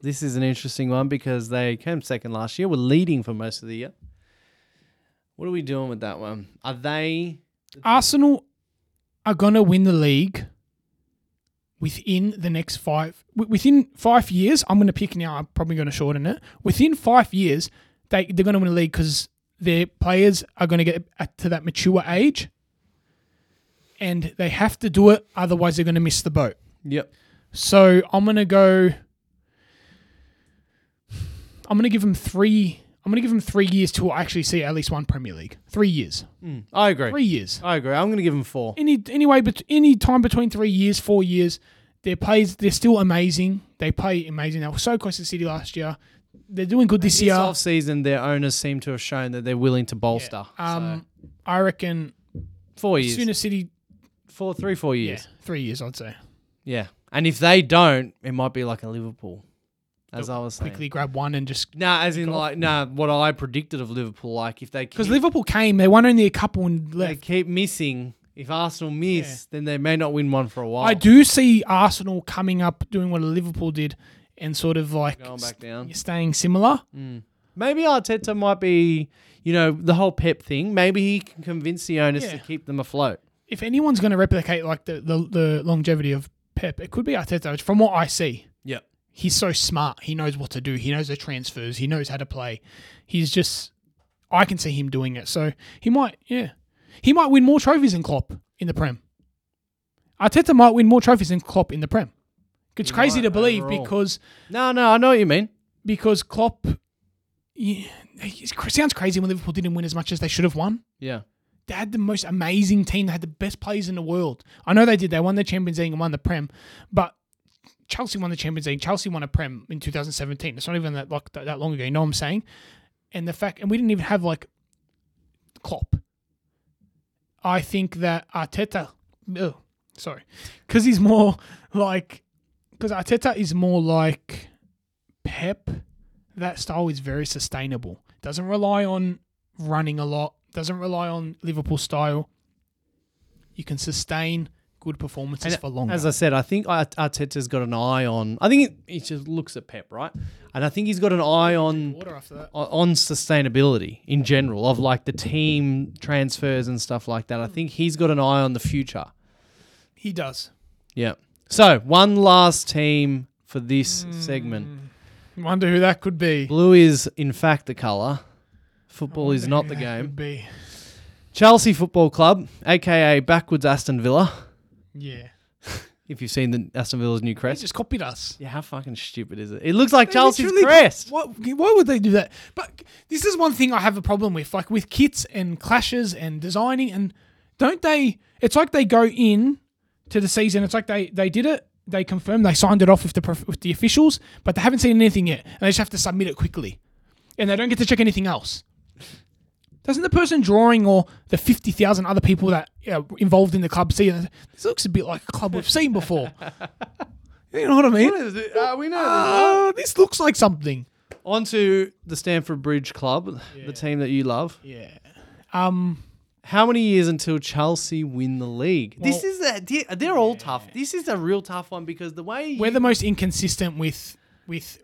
This is an interesting one because they came second last year, were leading for most of the year. What are we doing with that one? Are they
Arsenal are going to win the league within the next five wi- within five years. I'm going to pick now. I'm probably going to shorten it. Within five years, they they're going to win the league because their players are going to get at- to that mature age, and they have to do it. Otherwise, they're going to miss the boat.
Yep.
So I'm going to go. I'm going to give them three. I'm going to give them three years to actually see at least one Premier League. Three years.
I agree.
Three years
I agree. I'm gonna give them four.
any anyway, but any time between three years, four years, their plays they're still amazing. They play amazing. They were so close to City last year. They're doing good this
This
year.
off season their owners seem to have shown that they're willing to bolster.
Um, I reckon
so four
as
years.
soon as City,
four three, four
yeah,
years.
three years, I'd say.
Yeah. And if they don't, it might be like a Liverpool. As I was saying.
Quickly grab one and just
Nah, as in like nah, what I predicted of Liverpool, like if they
because
keep
Liverpool came, they won only a couple and
they
left.
keep missing. If Arsenal miss, then they may not win one for a while.
I do see Arsenal coming up doing what Liverpool did and sort of like
Going back Mm. down.
staying similar.
Maybe Arteta might be, you know, the whole Pep thing. Maybe he can convince the owners to
Yeah.
keep them afloat.
If anyone's going to replicate like the, the the longevity of Pep, it could be Arteta. From what I see,
Yep.
he's so smart. He knows what to do. He knows the transfers. He knows how to play. He's just, I can see him doing it. So he might, yeah, he might win more trophies than Klopp in the Prem. Arteta might win more trophies than Klopp in the Prem. It's
He
crazy
might
to believe
overall.
because
No, no, I know what you mean.
because Klopp, yeah, it sounds crazy when Liverpool didn't win as much as they should have won.
Yeah.
They had the most amazing team. They had the best players in the world. I know they did. They won the Champions League and won the Prem, but Chelsea won the Champions League. Chelsea won a Prem in 2017. It's not even that like, that that long ago. You know what I'm saying? And the fact, and we didn't even have like Klopp. I think that Arteta, oh, sorry, because he's more like, because Arteta is more like Pep. That style is very sustainable. Doesn't rely on running a lot, doesn't rely on Liverpool style. You can sustain good performances
And
for longer.
As I said, I think Ar- Arteta's got an eye on. I think he just looks at Pep, right? And I think he's got an eye on
Water after that.
on sustainability in general of like the team transfers and stuff like that. I think he's got an eye on the future.
He does.
Yeah. So one last team for this segment.
Wonder who that could be.
Blue is in fact the color. Football is not the game.
Could be.
Chelsea Football Club, aka backwards Aston Villa.
Yeah.
If you've seen the Aston Villa's new
They
crest,
just copied us.
yeah, how fucking stupid is it? It looks like Chelsea's
Literally,
crest.
Why, why would they do that? But this is one thing I have a problem with, like with kits and clashes and designing. And don't they? It's like they go in to the season. It's like they they did it. They confirmed they signed it off with the prof- with the officials, but they haven't seen anything yet, and they just have to submit it quickly, and they don't get to check anything else. Doesn't the person drawing or the fifty thousand other people that are involved in the club see it? This looks a bit like a club we've seen before. you know what I mean?
we know.
Uh, this looks like something.
On to the Stamford Bridge Club, the team that you love.
Yeah. Um.
How many years until Chelsea win the league? this
Well-
is the yeah, they're, they're all tough. This is a real tough one because the way you-
We're the most inconsistent with with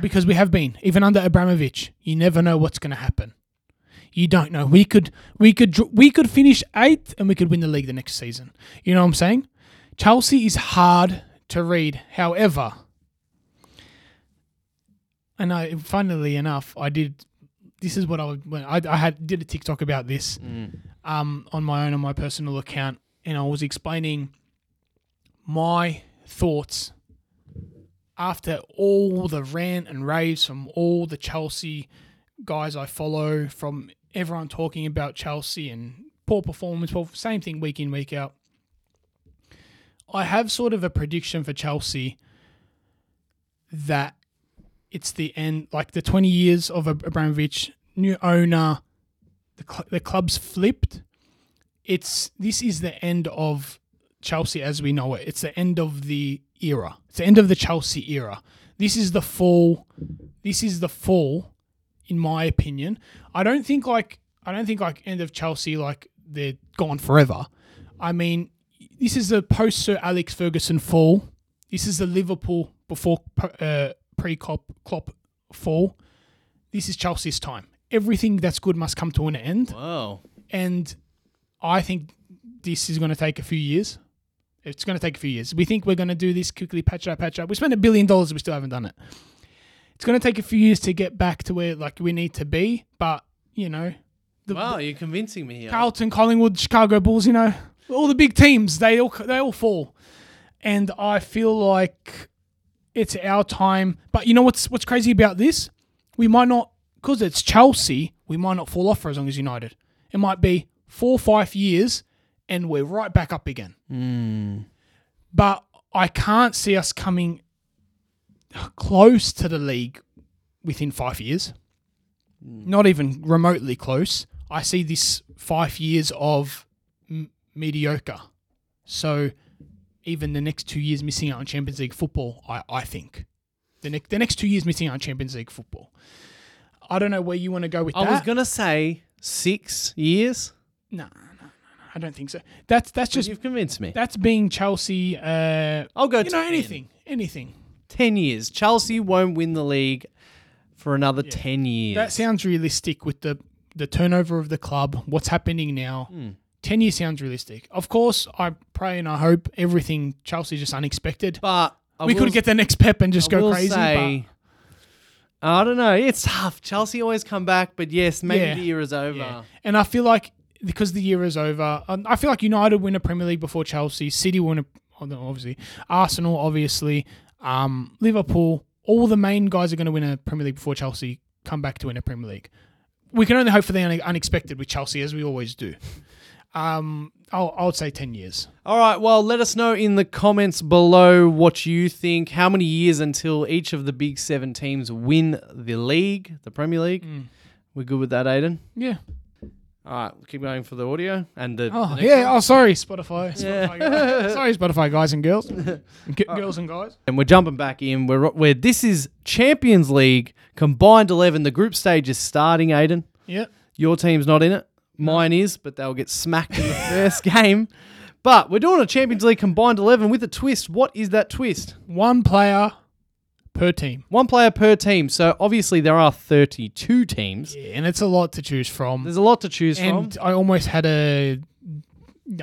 because we have been even under Abramovich. You never know what's going to happen. You don't know. We could we could dr- we could finish eighth and we could win the league the next season. You know what I'm saying? Chelsea is hard to read. However, I know. Funnily enough, I did. This is what I would- when I, I had did a TikTok about this um, on my own on my personal account, and I was explaining my thoughts after all the rant and raves from all the Chelsea guys I follow, from everyone talking about Chelsea and poor performance, well, same thing week in, week out. I have sort of a prediction for Chelsea that it's the end, like the 20 years of Ab- Abramovich, new owner, the, cl- the club's flipped. It's this is the end of Chelsea as we know it. It's the end of the era. It's the end of the Chelsea era. This is the fall. This is the fall, in my opinion. I don't think like I don't think like end of Chelsea like they're gone forever. I mean, this is the post Sir Alex Ferguson fall. This is the Liverpool before uh, pre Klopp Klopp fall. This is Chelsea's time. Everything that's good must come to an end
Wow.
and I think this is going to take a few years. It's going to take a few years. We think we're going to do this quickly, patch up, patch up. We spent a billion dollars, we still haven't done it. It's going to take a few years to get back to where like we need to be, but you know, the,
Wow, you're convincing me here.
Carlton, Collingwood, Chicago Bulls, you know, all the big teams, they all they all fall. And I feel like it's our time. But you know what's what's crazy about this? We might not because it's Chelsea, we might not fall off for as long as United. It might be four or five years and we're right back up again. But I can't see us coming close to the league within five years not even remotely close. I see this five years of m- mediocre. So even the next two years missing out on Champions League football, I, I think. The, ne- the next two years missing out on Champions League football. I don't know where you want to go with
I
that.
was gonna say six years.
no, no, no, no, I don't think so. That's that's just
You've convinced me.
that's being Chelsea. Uh,
I'll go.
you know
10.
anything, anything.
Ten years. Chelsea won't win the league for another ten years.
That sounds realistic with the the turnover of the club, what's happening now.
Hmm.
10 years sounds realistic. Of course, I pray and I hope everything Chelsea just unexpected.
but I
we
will
could get the next Pep and
I
just go
will
crazy.
say- I don't know. It's tough. Chelsea always come back, but yes, maybe
Yeah.
the year is over.
but, yeah. And I feel like because the year is over, um, I feel like United win a Premier League before Chelsea, City win a, oh, no, obviously, Arsenal obviously, um, Liverpool, all the main guys are going to win a Premier League before Chelsea come back to win a Premier League. We can only hope for the une- unexpected with Chelsea as we always do. Um, I'll, I would say 10 years.
All right. Well, let us know in the comments below what you think. How many years until each of the big seven teams win the league, the Premier League?
Mm.
We're good with that, Aiden.
Yeah.
All right. We'll keep going for the audio and the. the
Oh,
next
yeah.
one.
Oh, sorry, Spotify. Spotify guys. sorry, Spotify guys and girls. G- girls and guys.
And we're jumping back in. We're where this is Champions League combined eleven. The group stage is starting, Aiden.
Yeah.
Your team's not in it. Mine is, but they'll get smacked in the first game. But we're doing a Champions League combined 11 with a twist. What is that twist?
One player per team.
One player per team. So obviously there are 32 teams.
Yeah, and it's a lot to choose from.
There's a lot to choose
And
from.
I almost had a,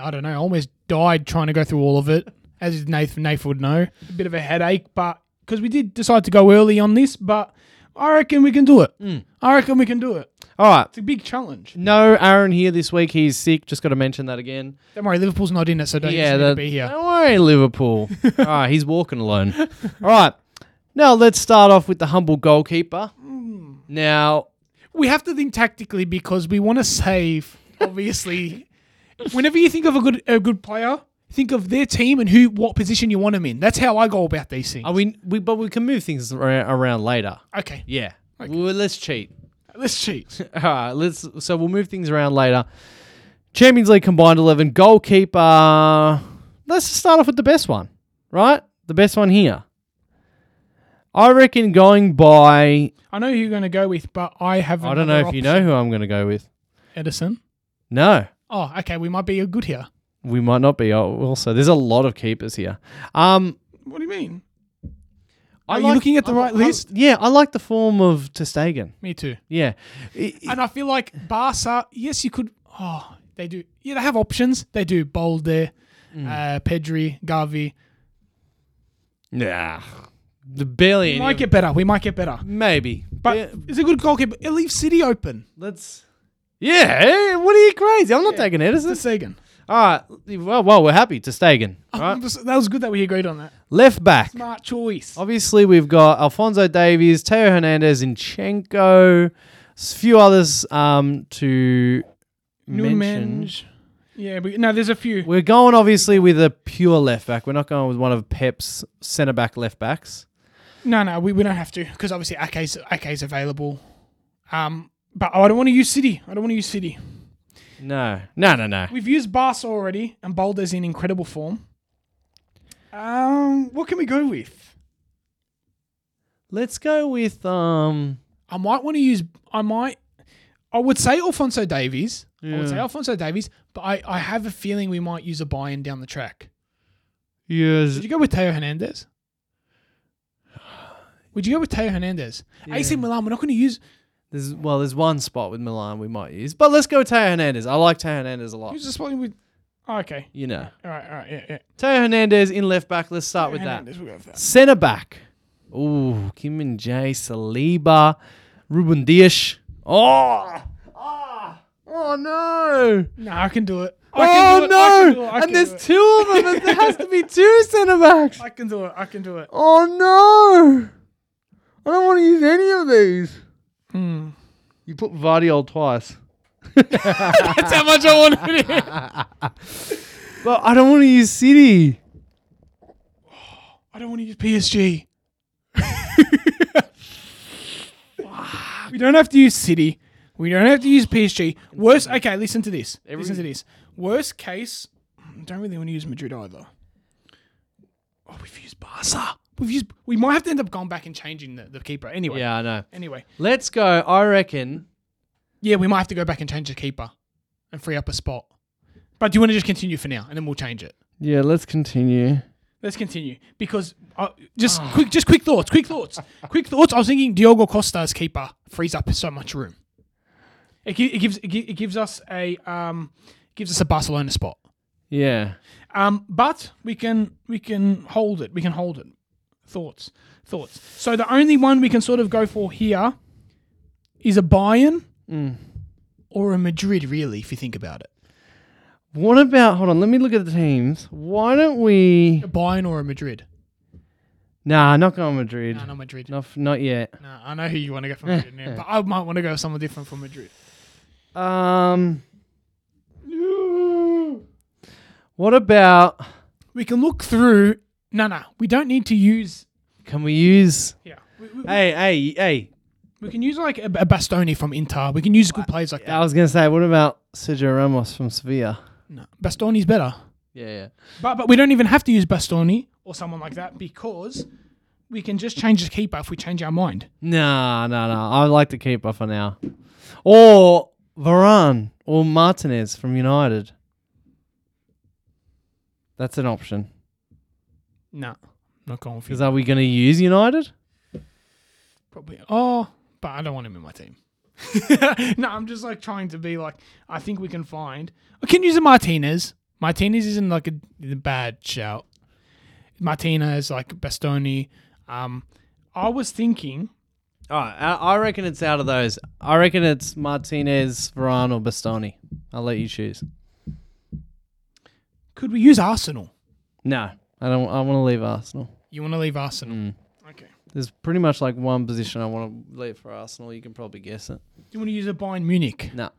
I don't know, I almost died trying to go through all of it, as Nathan, Nathan would know. A bit of a headache, but because we did decide to go early on this, but I reckon we can do it.
Hmm.
I reckon we can do it.
All right.
It's a big challenge.
No Aaron here this week. He's sick. Just got to mention that again.
Don't worry, Liverpool's not in it, so don't yeah, need
that-
to be here.
Don't worry, Liverpool. All right, he's walking alone. All right. Now let's start off with the humble goalkeeper.
Mm.
Now,
We have to think tactically because we want to save. Obviously, whenever you think of a good a good player, think of their team and who what position you want them in. That's how I go about these things.
are we, we but we can move things ar- around later.
okay,
Yeah. Well, let's cheat.
let's cheat.
All right, let's. So we'll move things around later. Champions League combined eleven goalkeeper. Let's just start off with the best one, right? The best one here. I reckon going by.
I know who you're going to go with, but I have.
I don't know if
another
you know
option.
who I'm going to go with.
Edison.
No,
Oh, okay. We might be good here.
We might not be. Oh, also, there's a lot of keepers here. Um,
What do you mean?
I
Are you
like-
looking at the
I-
right
I-
list?
yeah, I like the form of Testegen.
Me too.
Yeah, I- I-
And I feel like Barca, yes, you could. Oh, they do. Yeah, they have options. They do. Bold there,
Mm.
uh, Pedri, Gavi.
nah, the barely.
We
any
might
of-
get better. We might get better.
maybe,
But
Yeah,
it's a good goalkeeper. It leaves City open.
let's. Yeah, eh, what are you crazy? I'm not taking
To
Edison.
Sagan.
All right, well, well, we're happy Testegen. All right,
That was good that we agreed on that.
left back.
Oh. Smart choice.
Obviously, we've got Alfonso Davies, Teo Hernandez, Inchenko, a few others um, to mention.
Nunes. Yeah, but no, there's a few.
We're going obviously with a pure left back. We're not going with one of Pep's centre back left backs.
No, no, we, we don't have to because obviously Ake's Ake's available. Um, but I don't want to use City. I don't want to use City.
No, no, no, no.
We've used Barca already, and Boulder's in incredible form. Um, what can we go with?
Let's go with um.
I might want to use. I might. I would say Alfonso Davies. I would say
Yeah.
Alfonso Davies, but I, I have a feeling we might use a buy-in down the track.
Yes.
Did you go with Teo Hernandez? Would you go with Teo Hernandez? AC Milan. We're not going to use.
There's, well, there's one spot with Milan we might use, but let's go with Teo Hernandez. I like Teo Hernandez a lot.
Who's the spot with? Oh, okay.
You know,
All right. All right. Yeah. Yeah.
Teo Hernandez in left back. Let's start with that.
Hernandez, we'll go with that.
Centre back. Ooh, Kim and Jay Saliba, Ruben Dias. Oh, ah, oh no.
No, I can do it. I can
Oh
do it, I can do it,
no.
I can
And
do
there's
it.
two of them. and There has to be two centre backs.
I can do it. I can do it.
Oh no. I don't want to use any of these.
Hmm.
You put Vardiol twice.
That's how much I wanted it.
But I don't want to use City.
I don't want to use PSG. we don't have to use City. We don't have to use PSG. Worst. Okay, listen to this. listen to this. Worst case, don't really want to use Madrid either. Oh, we've used Barca. We've used. We might have to end up going back and changing the, the keeper. Anyway.
Yeah, I know.
Anyway.
Let's go. I reckon.
Yeah, we might have to go back and change the keeper, and free up a spot. But do you want to just continue for now, and then we'll change it.
Yeah, let's continue.
Let's continue because uh, just quick, just quick thoughts, quick thoughts, quick thoughts. I was thinking Diogo Costa as keeper frees up so much room. It, gi- it gives it, gi- it gives us a um, gives us a Barcelona spot.
Yeah.
Um, but we can we can hold it. We can hold it. Thoughts, thoughts. So the only one we can sort of go for here is a Bayern or a Madrid, really, if you think about it.
What about? Hold on. Let me look at the teams. Why don't we?
A Bayern or a Madrid.
Nah, not going Madrid.
No, not Madrid. Eh,
Not f- not yet.
No, I know who you want to go for Madrid now, but I might want to go with someone different from Madrid.
Um. What about?
We can look through. No, no, we don't need to use.
Can we use?
Yeah, we, we,
Hey, hey, hey!
we can use like a, a Bastoni from Inter. We can use good players like that.
I was gonna say, what about Sergio Ramos from Sevilla?
No, Bastoni's better,
Yeah, yeah.
but but we don't even have to use Bastoni or someone like that because we can just change the keeper if we change our mind.
Nah, nah, nah. I like to keep her for now. Or Varane or Martinez from United. That's an option.
No, not going for
Because
that.
are we gonna use United?
Probably. Oh, but I don't want him in my team. no, I'm just like trying to be like. I think we can find. I can use a Martinez. Martinez isn't like a, a bad shout. Martinez, like Bastoni. Um, I was thinking.
All right, Oh, I, I reckon it's out of those. I reckon it's Martinez, Varane, or Bastoni. I'll let you choose.
Could we use Arsenal?
No, I don't. I want to leave Arsenal.
You want to leave Arsenal?
Mm.
Okay. Do
There's pretty much like one position I want to leave for Arsenal. You can probably guess it.
you want to use a Bayern Munich?
No,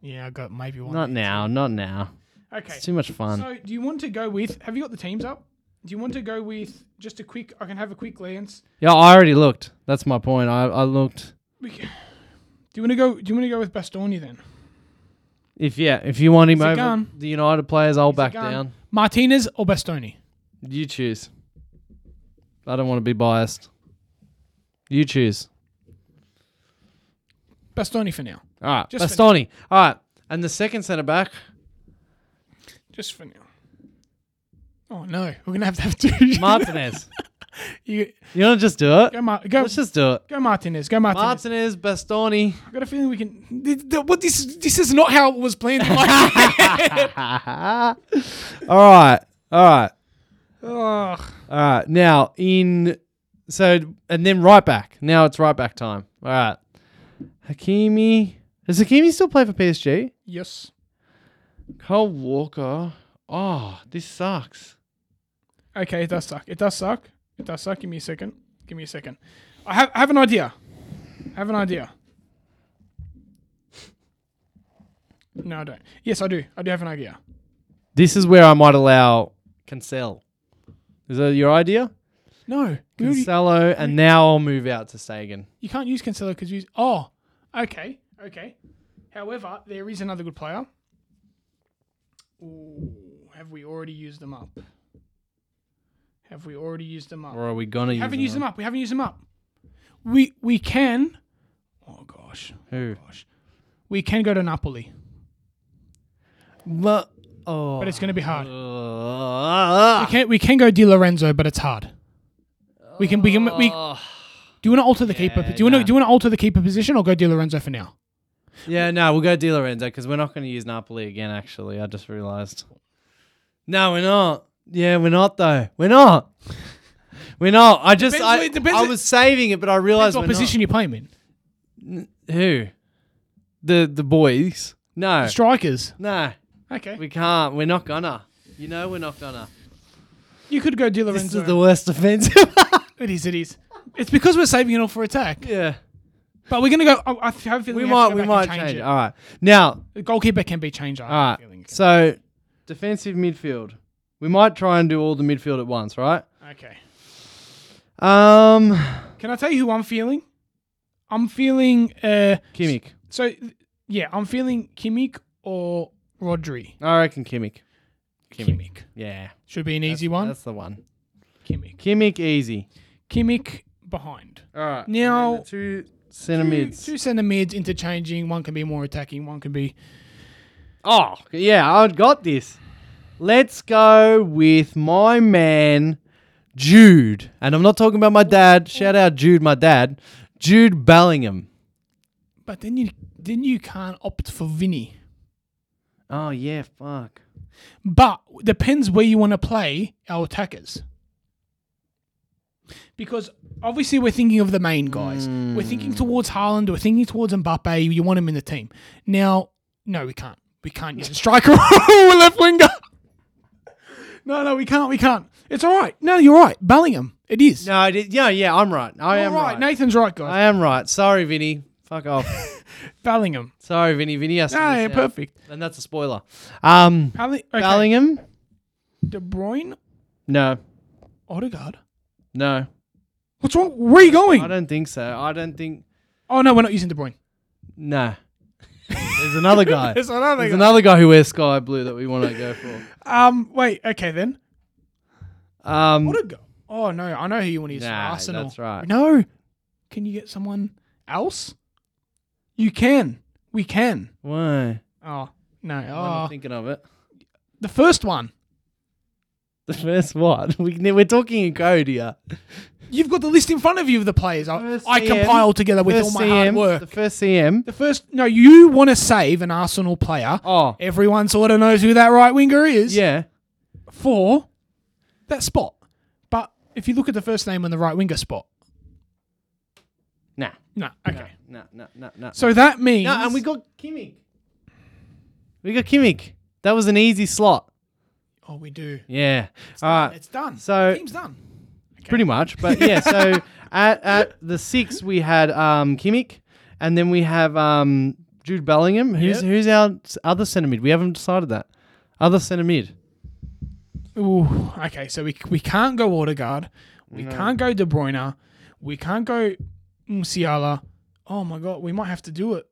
Yeah, I got maybe one.
not now. Not now.
Okay.
It's too much fun.
So, do you want to go with? Have you got the teams up? Do you want to go with just a quick? I can have a quick glance.
Yeah, I already looked. That's my point. I, I looked.
We can, do you want to go? Do you want to go with Bastoni then?
If yeah, if you want him
He's a
over
gun.
the United players, I'll back
gun.
down.
Martinez or Bastoni?
You choose. I don't want to be biased. You choose.
Bastoni for now.
All right,
Just
Bastoni. All right, and the second centre back.
Just for now. Oh no, we're gonna have to have two.
Martinez.
you,
You want to just do it?
go, Mar- go,
Let's just do it.
go, Martinez. Go, Martinez.
Martinez, Bastoni.
I got a feeling we can. th- th- What this? This is not how it was planned. in my-
all right. All right.
Ugh.
All right. Now in so and then right back. Now it's right back time. All right. Hakimi. Does Hakimi still play for PSG?
yes.
Cole Walker. Oh, this sucks.
Okay, it does suck. It does suck. It does suck. Give me a second. Give me a second. I have, I have an idea. I have an idea. No, I don't. Yes, I do. I do have an idea.
This is where I might allow Cancel. Is that your idea?
No, we already-
Cancelo, and now I'll move out to Sagan.
you can't use Cancelo because you. Oh, okay, okay. However, there is another good player. Ooh, have we already used them up? Have we already used them up?
Or are we gonna
We haven't
use
used them up. We haven't used them up. We we can. Oh gosh.
Who?
gosh. We can go to Napoli,
Ma- oh.
but it's going to be hard. We
Ugh.
can we can go Di Lorenzo, but it's hard. We can we can we. Do you want to alter the keeper? Do you want to
Oh, nah.
do you want to alter the keeper position or go Di Lorenzo for now?
Yeah, no, we'll go Di Lorenzo because we're not going to use Napoli again, actually. I just realised. No, we're not. Yeah, we're not, though. We're not. We're not. I just,
Depends-
I,
it depends-
I was saving it, but I
That's
realised
what
we're
position you're playing in.
not. Who? The the boys? No.
Strikers.
No,
Okay.
we can't. We're not gonna. You know we're not gonna.
You could go Di
This
Lorenzo.
is the worst offence.
it is. It is. It's because we're saving it all for attack.
yeah.
But we're gonna go. oh, I, I have a feeling
We
we have
might
to
we
go back
might
and
change it. All right. Now,
The goalkeeper can be changed. I have a
All
feeling.
right. So, defensive midfield. We might try and do all the midfield at once, right?
Okay.
Um,
Can I tell you who I'm feeling? I'm feeling. Uh,
Kimmich.
so th- yeah, I'm feeling Kimmich or Rodri.
I reckon Kimmich. Kimmich. Yeah.
should be an easy one.
That's the one.
Kimmich.
Kimmich easy.
Kimmich behind.
All right.
Now-
And then the two centre mids.
Two, two centre mids interchanging. One can be more attacking. One can be.
Oh, yeah, I got this. Let's go with my man Jude. And I'm not talking about my dad. Shout out Jude, my dad. Jude Bellingham.
But then you then you can't opt for Vinny.
Oh, yeah, fuck.
But depends where you want to play our attackers. Because obviously we're thinking of the main guys. We're thinking
Hmm.
towards Haaland, we're thinking towards Mbappe, you want him in the team. Now, no, we can't. We can't use a striker or a left winger. No, no, we can't, we can't. It's all right. No, you're right. Bellingham. It is.
No, I did, yeah, yeah, I'm right. I
You're
am right.
Nathan's right, guys.
I am right. Sorry, Vinny. Fuck off.
Bellingham.
Sorry, Vinny. Vinny has to
Ah, yeah,
miss out.
perfect.
And that's a spoiler. Um,
Belli- okay.
Bellingham?
De Bruyne,
No.
Odegaard.
No.
What's wrong? Where are you
I
going?
don't think so. I don't think.
Oh, no, we're not using De Bruyne.
No. There's another guy.
There's another
There's
guy.
another guy who wears sky blue that we want to go for.
Um, wait. Okay, then.
Um,
What a go- Oh no, I know who you want to use. for
Nah,
Arsenal.
that's right.
No. Can you get someone else? You can. We can.
why?
Oh no.
Why am I
Oh,
thinking of it?
the first one.
The first what? We, can- we're talking in code here.
You've got the list in front of you of the players. I,
First
I
CM,
compiled together with all
First
my hard
CM,
work.
The first CM.
The first. No, you want to save an Arsenal player.
Oh,
Everyone sort of knows who that right winger is.
yeah.
For that spot. But if you look at the first name on the right winger spot.
Nah.
No. Okay.
Nah, nah, nah, nah.
So that means.
No, and we got Kimmich. We got Kimmich. That was an easy slot.
Oh, we do.
Yeah. All right.
It's done.
So-
team's done.
Pretty much. But yeah, so at, at the six, we had um, Kimmich, and then we have um, Jude Bellingham. Who's,
Yep.
who's our s- other centre mid? We haven't decided that. Other centre mid.
Ooh, okay, so we we can't go Odegaard. We can't go De Bruyne. We can't go Musiala. Oh my god, we might have to do it.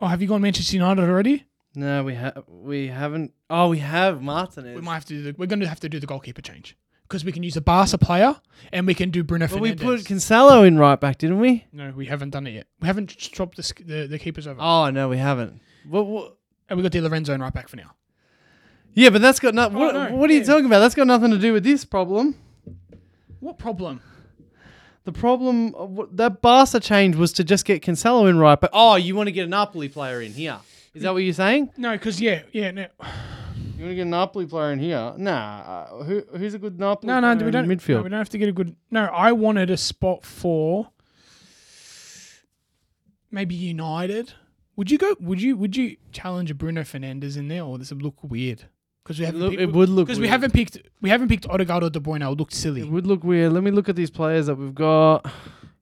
Oh, have you gone Manchester United already?
No, we have we haven't. Oh, we have Martinez.
We might have to do the, we're going to have to do the goalkeeper change because we can use a Barca player and we can do Bruno
but we
Fernandes.
put Cancelo in right back, didn't we?
no, we haven't done it yet. We haven't swapped the sk- the, the keepers over.
Oh no, we haven't. What, what?
And we got Di Lorenzo in right back for now.
Yeah, but that's got nothing. What,
no,
what are you
yeah.
talking about? That's got nothing to do with this problem.
What problem?
The problem of what- that Barca change was to just get Cancelo in right, but oh, you want to get an Napoli player in here? Is that what you're saying?
No, because yeah, yeah, no,
You want to get an Napoli player in here? Nah, uh, who, who's a good Napoli?
no, no.
player
We
in
don't
Um, midfield.
No, we don't have to get a good. No, I wanted a spot for maybe United. Would you go? Would you? Would you challenge a Bruno Fernandez in there, or this would look weird? Because we haven't.
Look-
picked-
it would look
because we
weird.
haven't picked. We haven't picked Odegaard or De Bruyne. It would look silly.
It would look weird. Let me look at these players that we've got.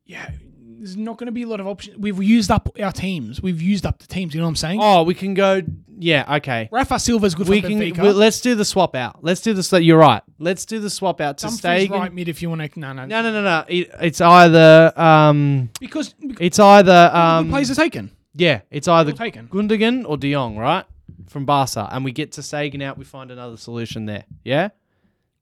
yeah, there's not going to be a lot of options. We've used up our teams. We've used up the teams. You know what I'm saying?
Oh, we can go. Yeah, okay.
Rafa Silva's good
We
for
can.
Benfica.
we- let's do the swap out. Let's do this. You're right. Let's do the swap out to
Dumfries
Stegen.
right mid if you want to. No, no,
No, no, no, no. It, it's either. Um,
Because, because
it's either.
all the
Um,
players are taken.
yeah, it's either
All taken.
Gundogan or De Jong, right? From Barca, and we get to Sagan out. We find another solution there. Yeah,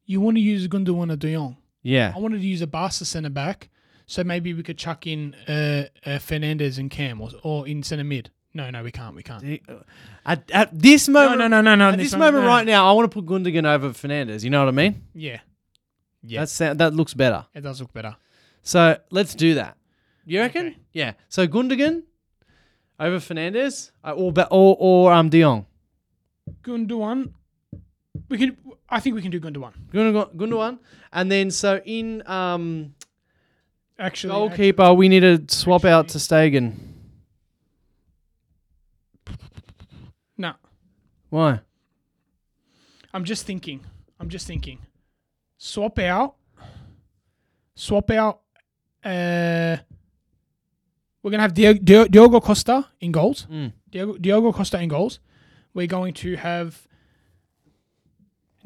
You want to use Gundogan or De Jong.
yeah.
I wanted to use a Barca centre back, so maybe we could chuck in uh, uh, Fernandez and Cam or, or in centre mid. No, no, we can't. We can't.
uh, At, at this
No,
moment,
no, no, no, no.
at this moment right now, I want to put Gundogan over Fernandez. You know what I mean?
Yeah,
Yeah.
Yeah.
That's that looks better.
it does look better.
So let's do that. You reckon?
Okay.
Yeah. So Gundogan over Fernandez, uh, or ba- or or um De Jong.
Gundogan, we can. I think we can do Gundogan.
Gundogan, Gundogan, and then so in um
Actually,
goalkeeper, we need to swap out to Stegen.
no.
Why?
I'm just thinking. I'm just thinking. Swap out. Swap out. Uh, we're gonna have Diogo, Dio- Diogo Costa in goals.
Mm.
Diogo, Diogo Costa in goals. We're going to have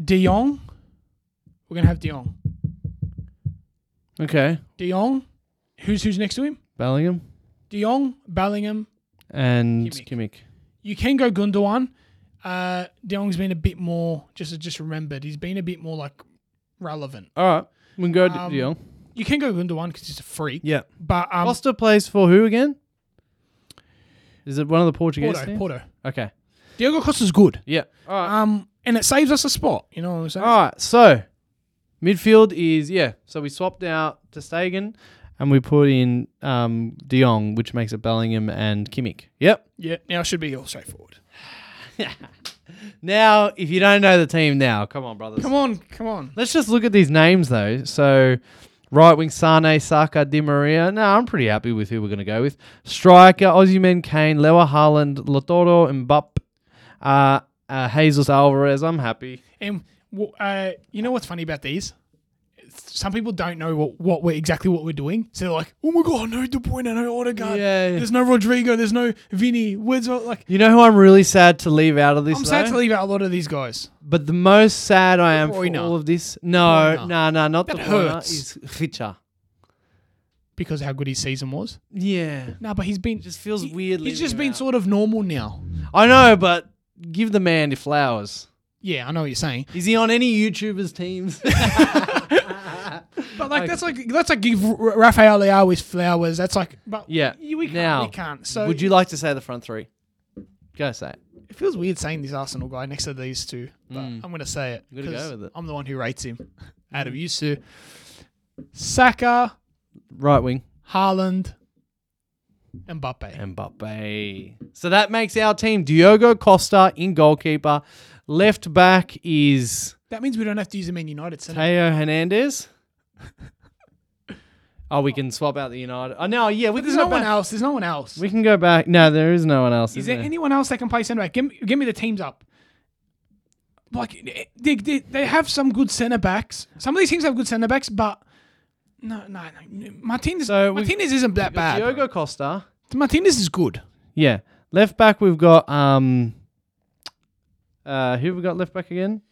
De Jong. We're gonna have De Jong.
Okay,
De Jong. Who's who's next to him?
Bellingham
De Jong, Bellingham.
and
Kimmich.
Kimmich.
You can go Gundogan. Uh, De Jong's been a bit more just just remembered. He's been a bit more like relevant.
All right, we can go to
Um,
De Jong.
You can go Gundogan because he's a freak.
Yeah.
But um,
Costa plays for who again? Is it one of the Portuguese?
Porto,
teams?
Porto.
Okay.
Diogo Costa's good.
Yeah. All right.
Um, and it saves us a spot. You know what I'm saying?
All right, so midfield is yeah. So we swapped out to Stegen, and we put in um, De Jong, which makes it Bellingham and Kimmich. Yep.
yeah. Now it should be all straightforward.
Now, if you don't know the team now, come on, brothers.
Come on, come on.
Let's just look at these names though. So right wing Sane, Saka, Di Maria. No, I'm pretty happy with who we're going to go with. Striker Ozyman, Kane, Lewa, Haaland, Latoro, Mbap, uh, uh, Jesus Alvarez. I'm happy.
And w- uh, you know what's funny about these? Some people don't know what, what we're exactly what we're doing. So they're like, oh my god, no De Bruyne, no Odegaard.
Yeah, yeah.
There's no Rodrigo. There's no Vinny. Where's all, like?
You know who I'm really sad to leave out of this?
I'm sad
though?
to leave out a lot of these guys.
But the most sad I am for
Bruyne.
all of this, no, no,
Bruyne.
no, not
That
the Bruyne,
hurts.
is Richa.
Because how good his season was.
Yeah,
No, but he's been
just feels
he-
weird.
He's
leaving
just
him
been
out.
sort of normal now.
I know, but give the man your flowers.
Yeah, I know what you're saying.
Is he on any YouTubers' teams?
But like that's like that's like give R- Rafael Leao his flowers. That's like but
Yeah,
y- we can't,
now,
we can't. So
Would you like to say the front three? Go say it.
It feels weird saying this Arsenal guy next to these two, but I'm gonna say it.
You Hmm. gotta
'cause
go with it. Hmm.
I'm the one who rates him. Out of you, Sue. Saka,
Right wing,
Haaland, Mbappe.
Mbappe. So that makes our team Diogo Costa in goalkeeper. Left back is
That means we don't have to use him in United. Center.
Teo Hernandez. Oh, we can swap out the United. Oh no, yeah, we
There's
can go
no one
back-
else. There's no one else.
We can go back. No, there is no one else.
Is
Is
there
there?
anyone else that can play centre back? Give, me- give me the teams up. Like they, they, they have some good centre backs. Some of these teams have good centre backs, but no, no, no. Martinez,
So we-
Martinez isn't that bad.
Diogo Costa.
Martinez is good.
Yeah, left back. We've got um. Uh, who have we got left back again?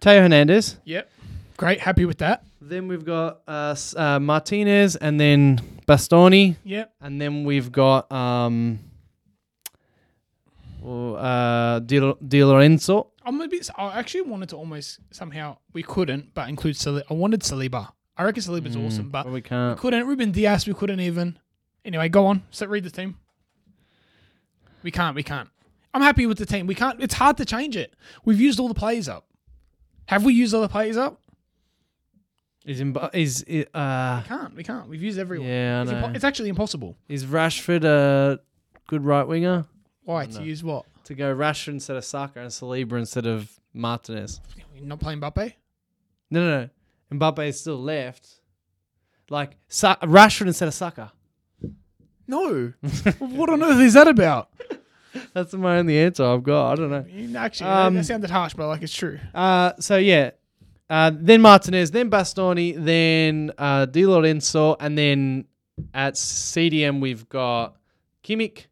Teo Hernandez.
Yep. Great. Happy with that.
Then we've got uh, S- uh Martinez, and then Bastoni,
Yep.
and then we've got um. oh, Uh, Di, Lo- Di Lorenzo.
I'm a bit. I actually wanted to almost somehow we couldn't, but include Saliba. I wanted Saliba. I reckon Saliba's awesome, but
But
we
we can't.
couldn't. Ruben Diaz, we couldn't even. Anyway, go on. So read the team. We can't. We can't. I'm happy with the team. We can't. It's hard to change it. We've used all the players up. Have we used all the players up?
Is Mb- is i- uh
Can't. We can't. We've used everyone.
yeah I
it's, impo-
know.
it's actually impossible.
is Rashford a good right winger
Why
No.
to use what?
to go Rashford instead of Saka and Saliba instead of Martinez?
You're not playing Mbappe.
No, no, no. Mbappe is still left. Like Sa- Rashford instead of Saka.
No. what on earth is that about?
That's my only answer I've got. I don't know.
Actually,
Um,
that sounded harsh, but like it's true.
Uh, so yeah, uh, then Martinez, then Bastoni, then uh, Di Lorenzo, and then at CDM we've got Kimmich,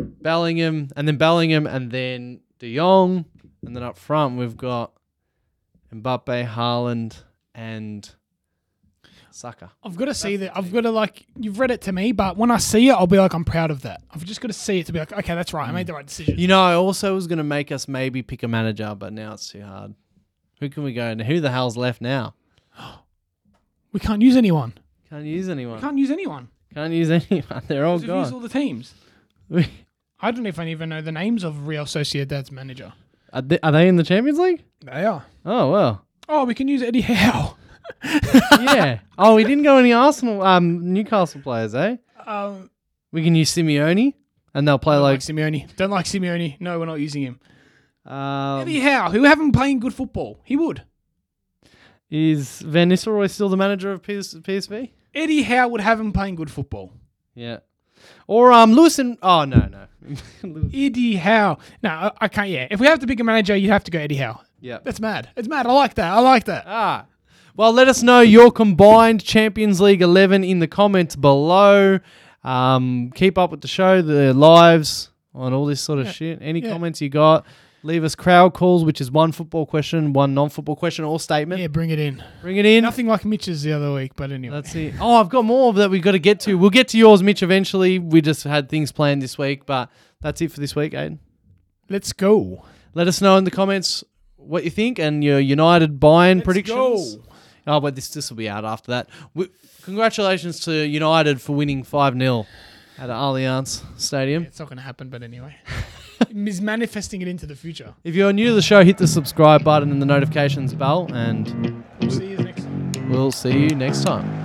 Bellingham, and then Bellingham, and then De Jong, and then up front we've got Mbappe, Haaland, and Saka.
I've got to see that. I've got to like. You've read it to me, but when I see it, I'll be like, I'm proud of that. I've just got to see it to be like, okay, that's right. I made the right decision.
You know, I also was gonna make us maybe pick a manager, but now it's too hard. Who can we go? And who the hell's left now?
We can't use anyone.
Can't use anyone.
We
Can't,
can't use anyone.
use anyone. They're all
We've used all
gone.
the teams. I don't even even know the names of Real Sociedad's manager.
Are they, are they in the Champions League?
They are.
Oh well,
Oh, we can use Eddie Howe.
yeah. oh, we didn't go any Arsenal, um, Newcastle players, eh?
Um,
We can use Simeone, and they'll play
don't like
like.
Simeone. Don't like Simeone. No, we're not using him.
Um,
Eddie Howe, who haven't playing good football, he would.
is Van Nistelrooy still the manager of PS- PSV?
Eddie Howe would have him playing good football.
Yeah. Or um, Lewis and oh no no. Lewis-
Eddie Howe. No, I, I can't. Yeah, if we have to pick a manager, you'd have to go Eddie Howe.
yeah.
That's mad. It's mad. I like that. I like that.
Ah. Well, let us know your combined Champions League 11 in the comments below. Um, keep up with the show, the lives, on all this sort of shit. Any
Yeah.
comments you got, leave us crowd calls, which is one football question, one non football question, or statement.
Yeah, bring it in.
Bring it in.
Nothing like Mitch's the other week, but anyway.
That's it. Oh, I've got more that we've got to get to. We'll get to yours, Mitch, eventually. We just had things planned this week, but that's it for this week, Aiden.
Let's go.
Let us know in the comments what you think and your United buying
Let's
predictions.
go.
Oh, but this this will be out after that. We, congratulations to United for winning five 0 at Allianz Stadium.
It's not going to happen, but anyway. He's manifesting it into the future.
If you're new to the show, hit the subscribe button and the notifications bell, and
We'll see you next time.
we'll see you next time.